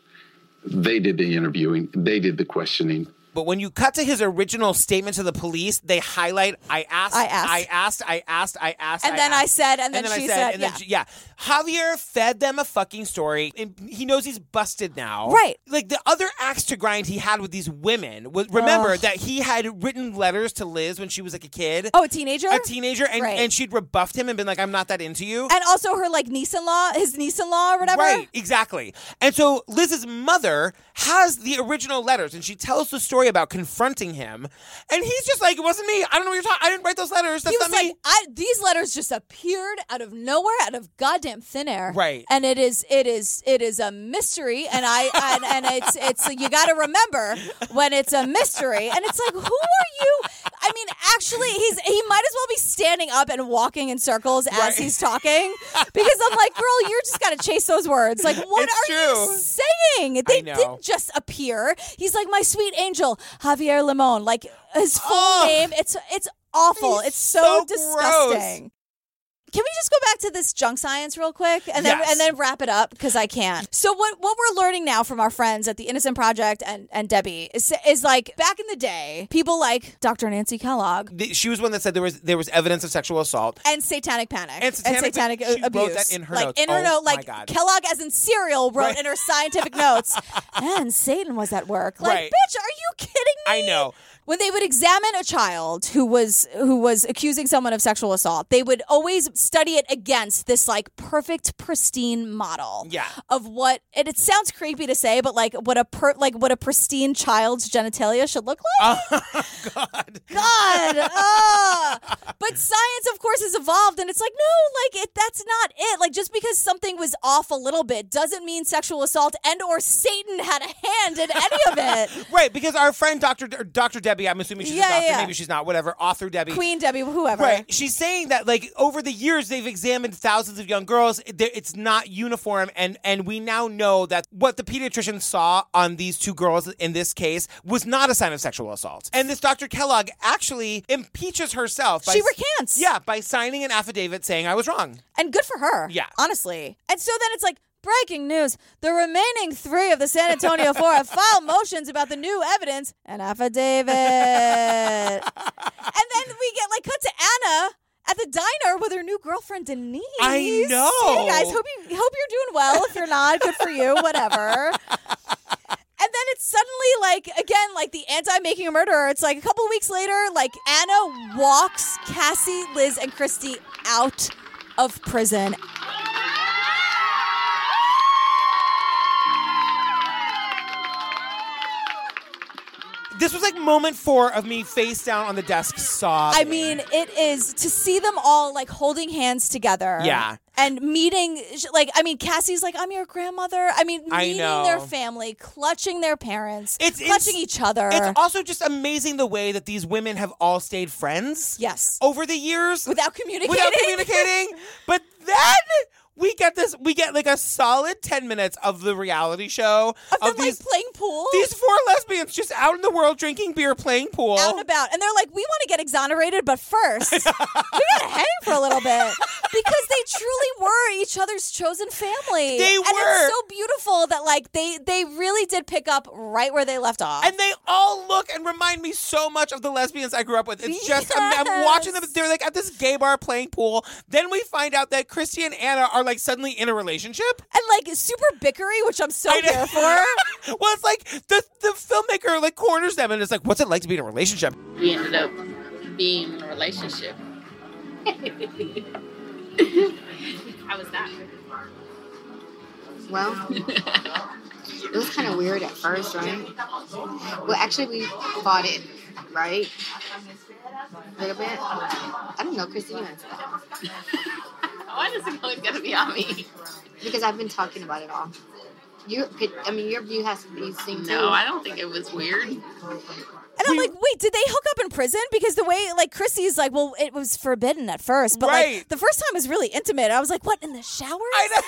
They did the interviewing, they did the questioning.
But when you cut to his original statement to the police, they highlight, I asked, I asked, I asked, I asked, I asked.
And then I said, and then she said,
and then
yeah.
she- yeah. Javier fed them a fucking story. And he knows he's busted now.
Right.
Like the other axe to grind he had with these women was remember
Ugh.
that he had written letters to Liz when she was like a kid.
oh, a teenager?
A teenager, and,
Right.
and she'd rebuffed him and been like, I'm not that into you.
and also her like niece in law, his niece in law or whatever.
Right, exactly. And so Liz's mother has the original letters and she tells the story about confronting him. And he's just like, it wasn't me. I don't know what you're talking I didn't write those letters. That's
he was
not me.
like, I, these letters just appeared out of nowhere, out of goddamn thin air.
Right.
And it is, it is, it is a mystery. And I, and, and it's, it's, you got to remember when it's a mystery. And it's like, who are you? I mean, actually, he's, he might as well be standing up and walking in circles as
Right.
he's talking because I'm like, girl, you're just got to chase those words. Like, what
It's
are
true.
you saying? They
know.
didn't just appear. He's like my sweet angel, Javier Limon. Like his full name. It's it's awful. It's so, disgusting. Can we just go back to this junk science real quick and then
Yes.
and then wrap it up because I can't. So what what we're learning now from our friends at the Innocent Project and and Debbie is is like back in the day, people like Dr. Nancy Kellogg
Th- She was one that said there was there was evidence of sexual assault.
and Satanic Panic
And Satanic-
Satanic
she wrote
Abuse.
that in her
like
notes.
in her
Oh,
note,
my
like
God.
Kellogg as in cereal wrote
Right.
in her scientific notes, and Satan was at work. Like,
Right.
bitch, are you kidding me?
I know.
when they would examine a child who was who was accusing someone of sexual assault they would always study it against this like perfect pristine model
Yeah.
of what and it sounds creepy to say but like what a per like what a pristine child's genitalia should look like god ah. but science of course has evolved and it's like no like it that's not it like just because something was off a little bit doesn't mean sexual assault and or satan had a hand in any of it
Right, because our friend Dr. D- Dr. Debbie, I'm assuming she's
Yeah,
a doctor,
yeah.
maybe she's not, whatever, author Debbie.
Queen Debbie, whoever.
Right. She's saying that like over the years they've examined thousands of young girls. It- there- It's not uniform, and and we now know that what the pediatrician saw on these two girls in this case was not a sign of sexual assault. And this Dr. Kellogg actually impeaches herself. By,
She recants.
Yeah, by signing an affidavit saying I was wrong.
And good for her.
Yeah.
Honestly. And so then it's like, breaking news. The remaining three of the San Antonio Four have filed motions about the new evidence and affidavit. and then we get like cut to Anna at the diner with her new girlfriend Denise.
I know.
Hey guys, hope you hope you're doing well. If you're not, good for you. Whatever. And then it's suddenly like again like the anti making a murderer. It's like a couple weeks later, like Anna walks Cassie, Liz, and Christy out of prison.
This was like moment four of me face down on the desk sobbing.
I mean, it is to see them all like holding hands together.
Yeah.
And meeting, like, I mean, Cassie's like, I'm your grandmother. I mean,
I
meeting
know.
their family, clutching their parents,
It's- it's-
clutching each other.
It's also just amazing the way that these women have all stayed friends.
Yes.
Over the years.
Without communicating.
Without communicating. but then we get this we get like a solid 10 minutes of the reality show of, these
playing pool.
These four lesbians just out in the world drinking beer playing pool.
out and about. And they're like, we want to get exonerated, but first, we got to hang for a little bit. Because they truly were each other's chosen family.
They
and
were.
it's so beautiful that, like, they, they really did pick up right where they left off.
and they all look and remind me so much of the lesbians I grew up with. It's just ama- I'm watching them. They're like at this gay bar playing pool. Then we find out that Christy and Anna are like suddenly in a relationship.
and like super bickery, which I'm so here for.
well, it's like the the filmmaker like corners them and it's like, what's it like to be in a relationship?
we ended up being in a relationship.
How was that?
Well, it was kind of weird at first, right? Well, actually, we fought it, right? A little bit. I don't know, Christy, you answer that.
Why does it always gotta be on me?
Because I've been talking about it all. Your, pit- I mean, your view has to be seen too.
No, I don't think it was weird.
And I'm like, wait, did they hook up in prison? Because the way, like, Chrissy's like, well, it was forbidden at first, but like,
Right.
the first time was really intimate. I was like, what in the shower? Mm. I know.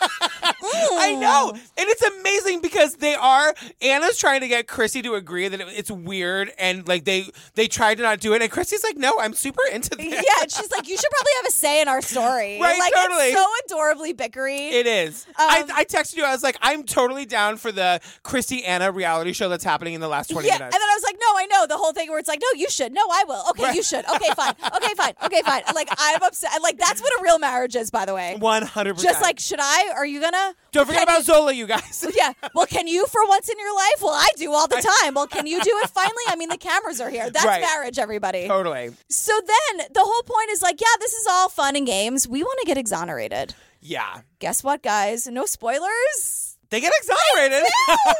I know. And it's amazing because they are Anna's trying to get Chrissy to agree that it- it's weird and like they they tried to not do it and Chrissy's like, "No, I'm super into this."
yeah, and she's like, you should probably have a say in our story.
Right,
like,
totally.
It's so adorably bickery.
It is. I,
Um,
I texted you. I was like, I'm totally down for the Chrissy Anna reality show that's happening in the last 20
yeah, and
minutes.
then I was like, no, I know the whole thing where it's like, no, you should, no, I will. Okay, you should. Okay, fine. Okay, fine. Okay, fine. Like I'm upset. Like that's what a real marriage is, by the way.
One hundred percent.
Just like, should I? Are you gonna?
don't forget
Can
about Zola, you guys.
you- yeah. Well, can you for once in your life? Well, I do all the time. Well, can you do it finally? I mean, the cameras are here. That's
Right.
marriage, everybody.
Totally.
So then the whole point is like, yeah, this is all fun and games. We want to get exonerated.
Yeah.
Guess what, guys? No spoilers.
They get exonerated.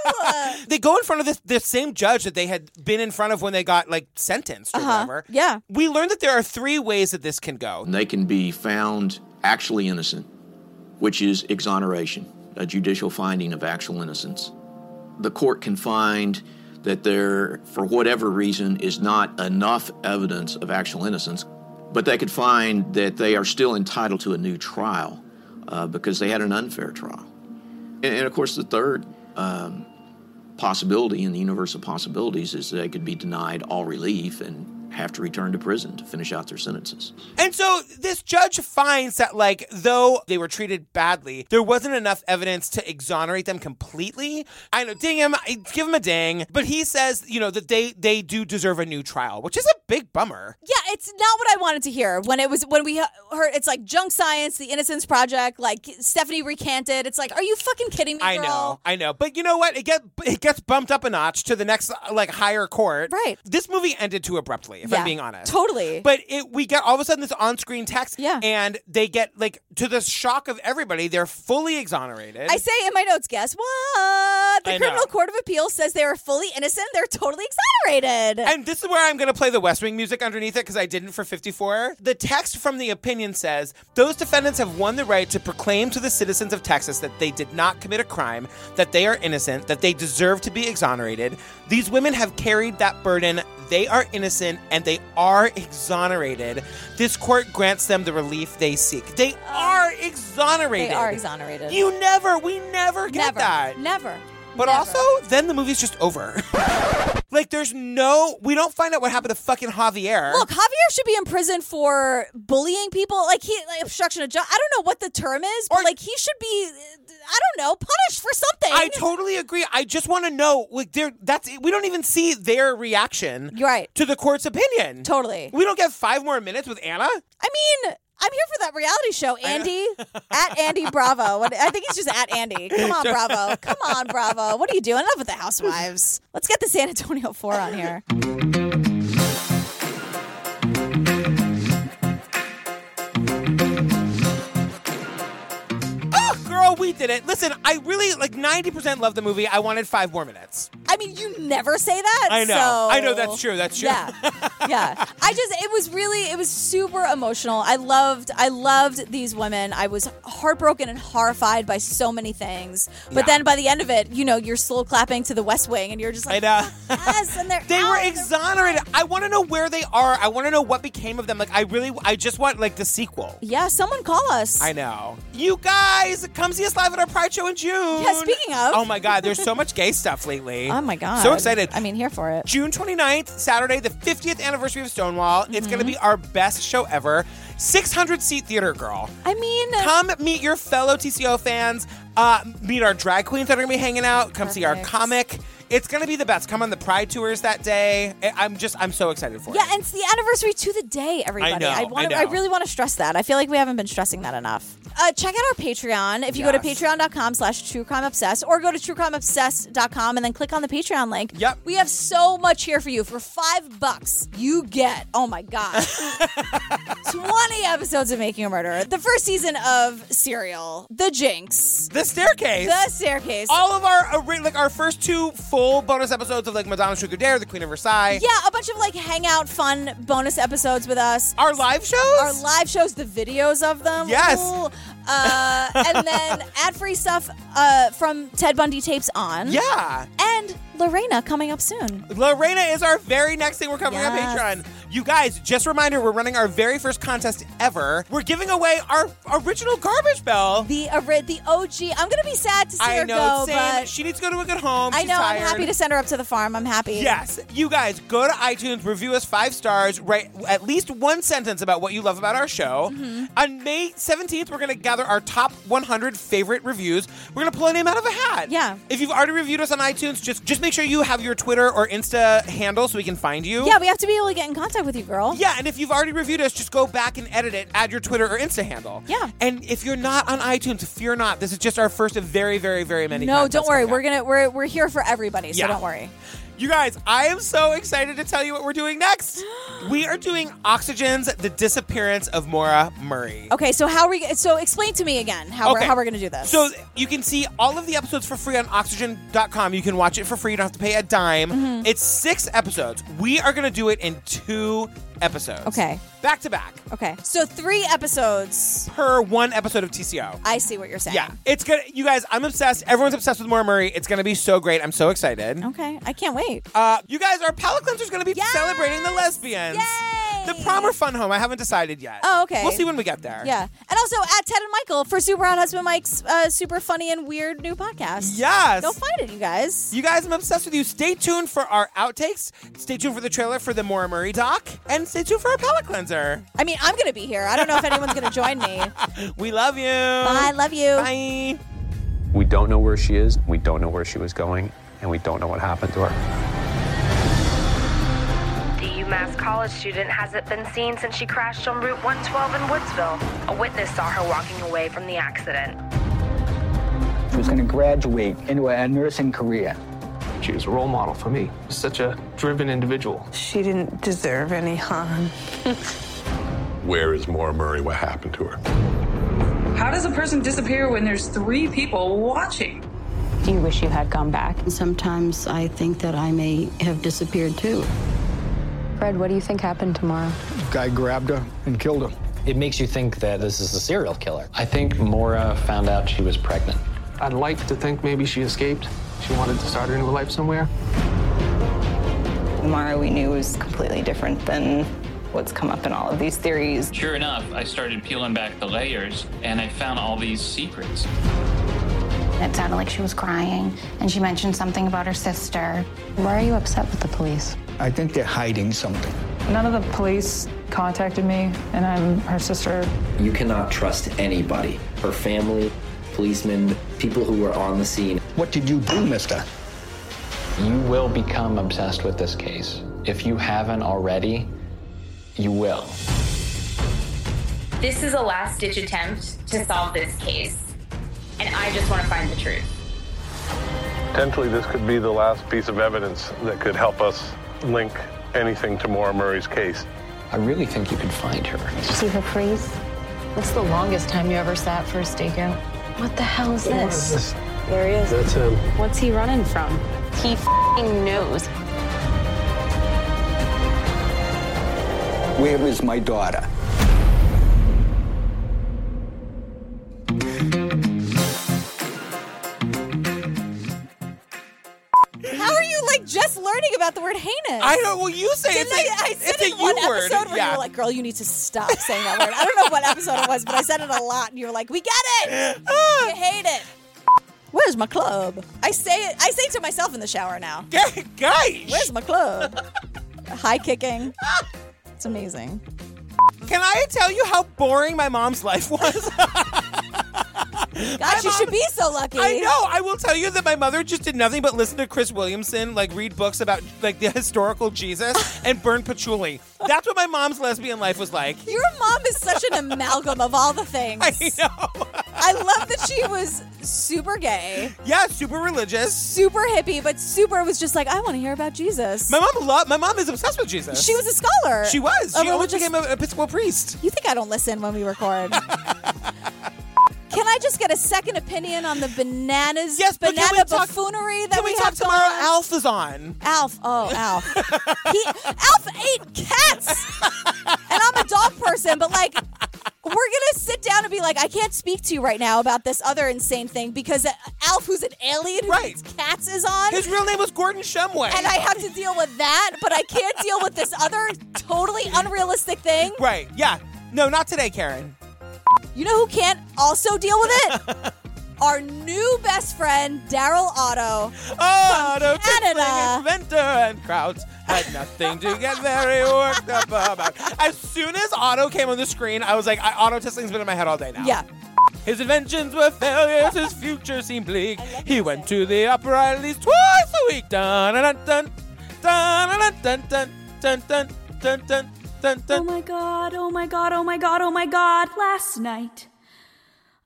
they go in front of the, the same judge that they had been in front of when they got like sentenced or whatever.
Uh-huh. Yeah.
We learned that there are three ways that this can go.
And they can be found actually innocent, which is exoneration, a judicial finding of actual innocence. The court can find that there, for whatever reason, is not enough evidence of actual innocence, but they could find that they are still entitled to a new trial uh, because they had an unfair trial. And, and of course, the third um, possibility in the universe of possibilities is they could be denied all relief and have to return to prison to finish out their sentences.
And so this judge finds that, like, though they were treated badly, there wasn't enough evidence to exonerate them completely. I know, ding him, I give him a ding. But he says, you know, that they they do deserve a new trial, which is a big bummer.
Yeah, it's not what I wanted to hear. When it was when we heard it's like junk science, the Innocence Project, like Stephanie recanted. It's like, are you fucking kidding me, girl?
I know, I know. But you know what? It get it gets bumped up a notch to the next like higher court. Right. This movie ended too abruptly, if
Yeah,
I'm being honest.
totally.
But it we get all of a sudden this on-screen text. Yeah. And they get like to the shock of everybody, they're fully exonerated.
I say in my notes, guess what? The
I know.
Criminal Court of Appeal says they are fully innocent. They're totally exonerated.
And this is where I'm going to play the West Wing music underneath it because I didn't for 54. The text from the opinion says those defendants have won the right to proclaim to the citizens of Texas that they did not commit a crime, that they are innocent, that they deserve to be exonerated. These women have carried that burden. They are innocent and they are exonerated. This court grants them the relief they seek. They are exonerated.
They are exonerated.
You never, we never get
never,
that.
Never.
But also, then the movie's just over. like, there's no, we don't find out what happened to fucking Javier.
Look, Javier should be in prison for bullying people, like he like obstruction of justice. I don't know what the term is, but like he should be, I don't know, punished for something.
I totally agree. I just want to know, like, there. That's we don't even see their reaction,
right,
to the court's opinion.
Totally.
We don't get five more minutes with Anna.
I mean, I'm here for that reality show, Andy. at Andy Bravo. What- I think he's just at Andy. Come on, Bravo. Come on, Bravo. What are you doing? Enough with the housewives. Let's get the San Antonio 4 on here.
Oh, girl, we did it. Listen, I really like ninety percent love the movie. I wanted five more minutes.
I mean, you never say that.
I know.
so-
I know that's true. That's true.
Yeah. Yeah. I just it was really it was super emotional. I loved I loved these women. I was heartbroken and horrified by so many things. But
Yeah.
then by the end of it, you know, you're slow clapping to the West Wing and you're just
I
like
know.
yes, and they're
They were
out.
exonerated. I want to know where they are. I want to know what became of them. Like, I really, I just want like the sequel.
Yeah, someone call us.
I know. You guys, come see us live at our Pride Show in June.
Yeah, speaking of.
Oh my God, there's so much gay stuff lately.
Oh my god.
So excited.
I mean, here for it.
June 29th, Saturday, the 50th anniversary of Stonewall. It's going to be our best show ever. 600 seat theater, girl.
I mean,
come meet your fellow TCO fans. Uh, meet our drag queens that are going to be hanging out. Come see our comic. It's gonna be the best. Come on the Pride tours that day. I- I'm just I'm so excited for
Yeah,
it.
and it's the anniversary to the day, everybody.
know, I
want.
know.
I really want to stress that. I feel like we haven't been stressing that enough. Uh, check out our Patreon. If you go to
Yes.
patreon.com slash true crime obsessed or go to truecrimeobsessed.com and then click on the Patreon link.
Yep.
We have so much here for you. For five bucks, you get, oh my God, 20 episodes of Making a Murderer, the first season of Serial, The Jinx,
The Staircase.
The Staircase.
All of our ori- like our first two full bonus episodes of like Madame Sugar Dare, The Queen of Versailles.
Yeah, a bunch of like hangout fun bonus episodes with us.
Our live shows?
Our live shows, the videos of them.
Yes.
Cool. Uh, and then ad free stuff uh, from Ted Bundy tapes on.
Yeah.
And Lorena coming up soon.
Lorena is our very next thing we're covering
Yes.
on Patreon. You guys, just a reminder, we're running our very first contest ever. We're giving away our original garbage bell.
The ori- the OG. I'm gonna be sad to see
I
her
know.
go,
same.
but
she needs to go to a good home.
I
She's
know. I'm
Oh, tired.
happy to send her up to the farm. I'm happy.
Yes, you guys go to iTunes, review us five stars, write at least one sentence about what you love about our show.
Mm-hmm.
On May 17th, we're going to gather our top 100 favorite reviews. We're going to pull a name out of a hat. Yeah. If you've already reviewed us on iTunes, just just make sure you have your Twitter or Insta handle so we can find you.
Yeah, we have to be able to get in contact with you, girl.
Yeah, and if you've already reviewed us, just go back and edit it, add your Twitter or Insta handle.
Yeah.
And if you're not on iTunes, fear not. This is just our first of very, very, very many.
No,
contests
don't worry.
coming up.
We're gonna we're we're here for everybody, so
Yeah.
don't worry.
You guys, I am so excited to tell you what we're doing next. We are doing Oxygen's The Disappearance of Maura Murray.
Okay, so how are we? So explain to me again how
Okay.
we're how we're gonna do this.
So you can see all of the episodes for free on oxygen.com. You can watch it for free. You don't have to pay a dime.
Mhm.
It's six episodes. We are going to do it in two episodes.
Okay.
Back to back.
Okay. So three episodes.
Per one episode of TCO.
I see what you're saying.
Yeah. It's going to, you guys, I'm obsessed. Everyone's obsessed with Maura Murray. It's going to be so great. I'm so excited.
Okay. I can't wait.
Uh, you guys, our palate cleanser is going to be celebrating the lesbians. The prom or fun home? I haven't decided yet.
Oh, okay.
We'll see when we get there.
Yeah. And also at Ted and Michael for Super Hot Husband Mike's uh, super funny and weird new podcast.
Yes.
Go find it, you guys.
You guys, I'm obsessed with you. Stay tuned for our outtakes. Stay tuned for the trailer for the Maura Murray doc, and stay tuned for our palate cleanser.
I mean, I'm gonna be here. I don't know if anyone's gonna join me.
We love you.
Bye. Love you.
Bye.
We don't know where she is, we don't know where she was going, and we don't know what happened to her.
The UMass college student hasn't been seen since she crashed on Route 112 in Woodsville. A witness saw her walking away from the accident.
She was going to graduate into a nursing career.
She was a role model for me. Such a driven individual.
She didn't deserve any harm.
Where is Maura Murray? What happened to her?
How does a person disappear when there's three people watching?
Do you wish you had gone back? Sometimes I think that I may have disappeared too. Fred, what do you think happened tomorrow?
Guy grabbed her and killed her.
It makes you think that this is a serial killer. I think Maura found out she was pregnant.
I'd like to think maybe she escaped. She wanted to start her new life somewhere.
Mara, we knew was completely different than what's come up in all of these theories.
Sure enough, I started peeling back the layers and I found all these secrets.
It sounded like she was crying, and she mentioned something about her sister. Why are you upset with the police?
I think they're hiding something.
None of the police contacted me, and I'm her sister.
You cannot trust anybody her family, policemen, people who were on the scene. What did you do, mister?
You will become obsessed with this case. If you haven't already, you will.
This is a last ditch attempt to solve this case, and I just want to find the truth.
Potentially, this could be the last piece of evidence that could help us link anything to Maura Murray's case.
I really think you could find her.
Did you see her freeze? What's the longest time you ever sat for a stakeout? What the hell is this? There he is.
That's him.
What's he running from? He f***ing knows.
Where is my daughter?
How are you like just learning about the word heinous?
I don't. Well, you say
Didn't
it's
I,
a-
I said
it's a
in one
you word,
episode where you
yeah.
were like, "Girl, you need to stop saying that word." I don't know what episode it was, but I said it a lot, and you were like, "We get it.
Ah,
you hate it." Where's my club? I say it. I say it to myself in the shower now.
Guys,
where's my club? High kicking. It's amazing.
Can I tell you how boring my mom's life was?
Gosh, you should be so lucky.
I know. I will tell you that my mother just did nothing but listen to Chris Williamson, like read books about like the historical Jesus and burn patchouli. That's what my mom's lesbian life was like.
Your mom is such an amalgam of all the things. I
know.
I love that she was super gay,
Yeah, super religious.
super hippie, but super was just like, I want to hear about Jesus.
My mom loved. My mom is obsessed with Jesus.
She was a scholar.
She was.
A
She almost
religious-
became an Episcopal priest.
You think I don't listen when we record? Can I just get a second opinion on the bananas? Yes,
but
banana
can we talk-
buffoonery that
can we
we,
talk
have
tomorrow?
going on?
Alf is on.
Alf, oh Alf, he, Alf ate cats, and I'm a dog person, but like, we're gonna sit down and be like, I can't speak to you right now about this other insane thing because uh, Alf, who's an alien who eats cats, is on.
His real name was Gordon Shumway.
and I have to deal with that, but I can't deal with this other totally unrealistic thing.
Right. Yeah. No, not today, Karen.
You know who can't also deal with it? Our new best friend, Daryl Otto.
Oh, Otto
Canada.
Venter and Krauts had nothing to get very worked up about. As soon as Otto came on the screen, I was like, I, Otto testing's been in my head all day now.
Yeah.
His inventions were failures, his future seemed bleak. He went to the opera at least twice a week. Dun dun dun dun dun dun dun dun dun dun dun
Oh my god, oh my god, oh my god, oh my god. Last night,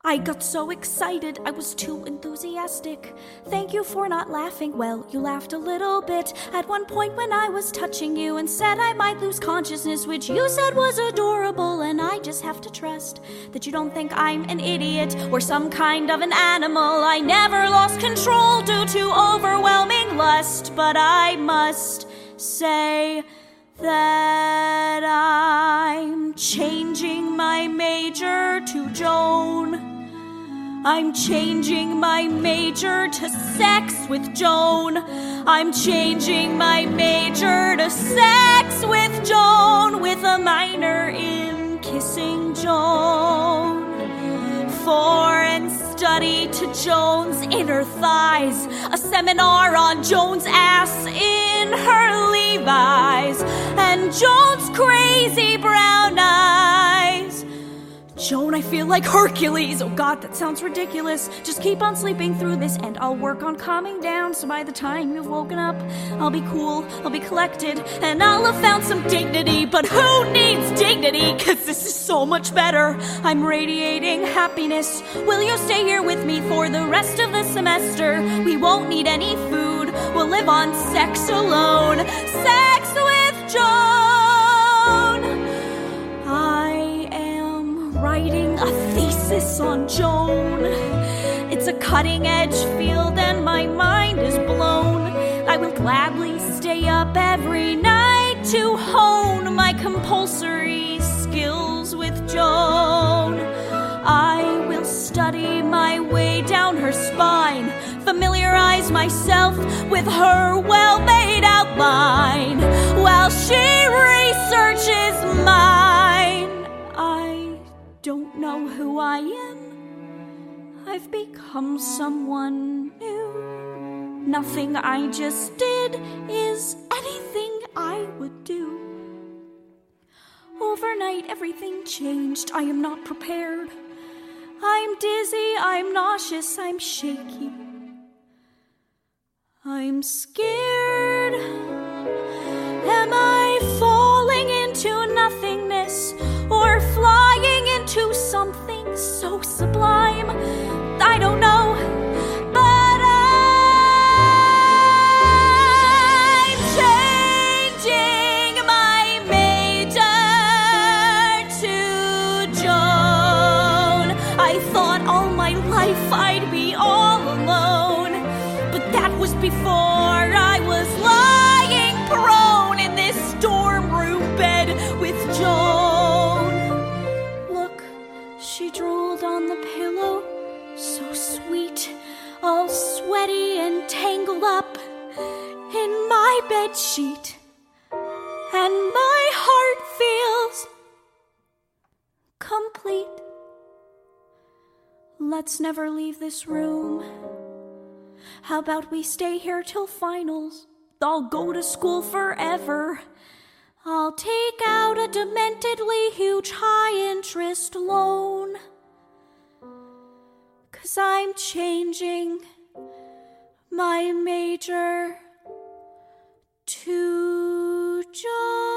I got so excited. I was too enthusiastic. Thank you for not laughing. Well, you laughed a little bit at one point when I was touching you and said I might lose consciousness, which you said was adorable. And I just have to trust that you don't think I'm an idiot or some kind of an animal. I never lost control due to overwhelming lust, but I must say that I'm changing my major to Joan. I'm changing my major to sex with Joan. I'm changing my major to sex with Joan with a minor in kissing Joan for and study to Joan's inner thighs. A seminar on Joan's ass in her Levi's and Joan's crazy brown eyes. Joan, I feel like Hercules. Oh god, that sounds ridiculous. Just keep on sleeping through this and I'll work on calming down so by the time you've woken up, I'll be cool, I'll be collected, and I'll have found some dignity. But who needs dignity? Cause this is so much better. I'm radiating happiness. Will you stay here with me for the rest of the semester? We won't need any food. We'll live on sex alone. Sex with Joan! I am writing a thesis on Joan. It's a cutting edge field, and my mind is blown. I will gladly stay up every night to hone my compulsory skills with Joan. I will study my way down her spine, familiarize myself with her well made outline while she researches mine. I don't know who I am. I've become someone new. Nothing I just did is anything I would do. Overnight, everything changed. I am not prepared. I'm dizzy, I'm nauseous, I'm shaky. I'm scared. Am I falling into nothingness or flying into something so sublime? I don't know, but I'm changing my major to Joan. I thought all my life I'd be all alone, but that was before I was lying prone in this dorm room bed with Joan. Look, she drooled on the pillow, so sweet, all sweaty and tangled up in my bed sheet. And my heart feels complete. Let's never leave this room. How about we stay here till finals? I'll go to school forever. I'll take out a dementedly huge high interest loan. Cause I'm changing my major to John.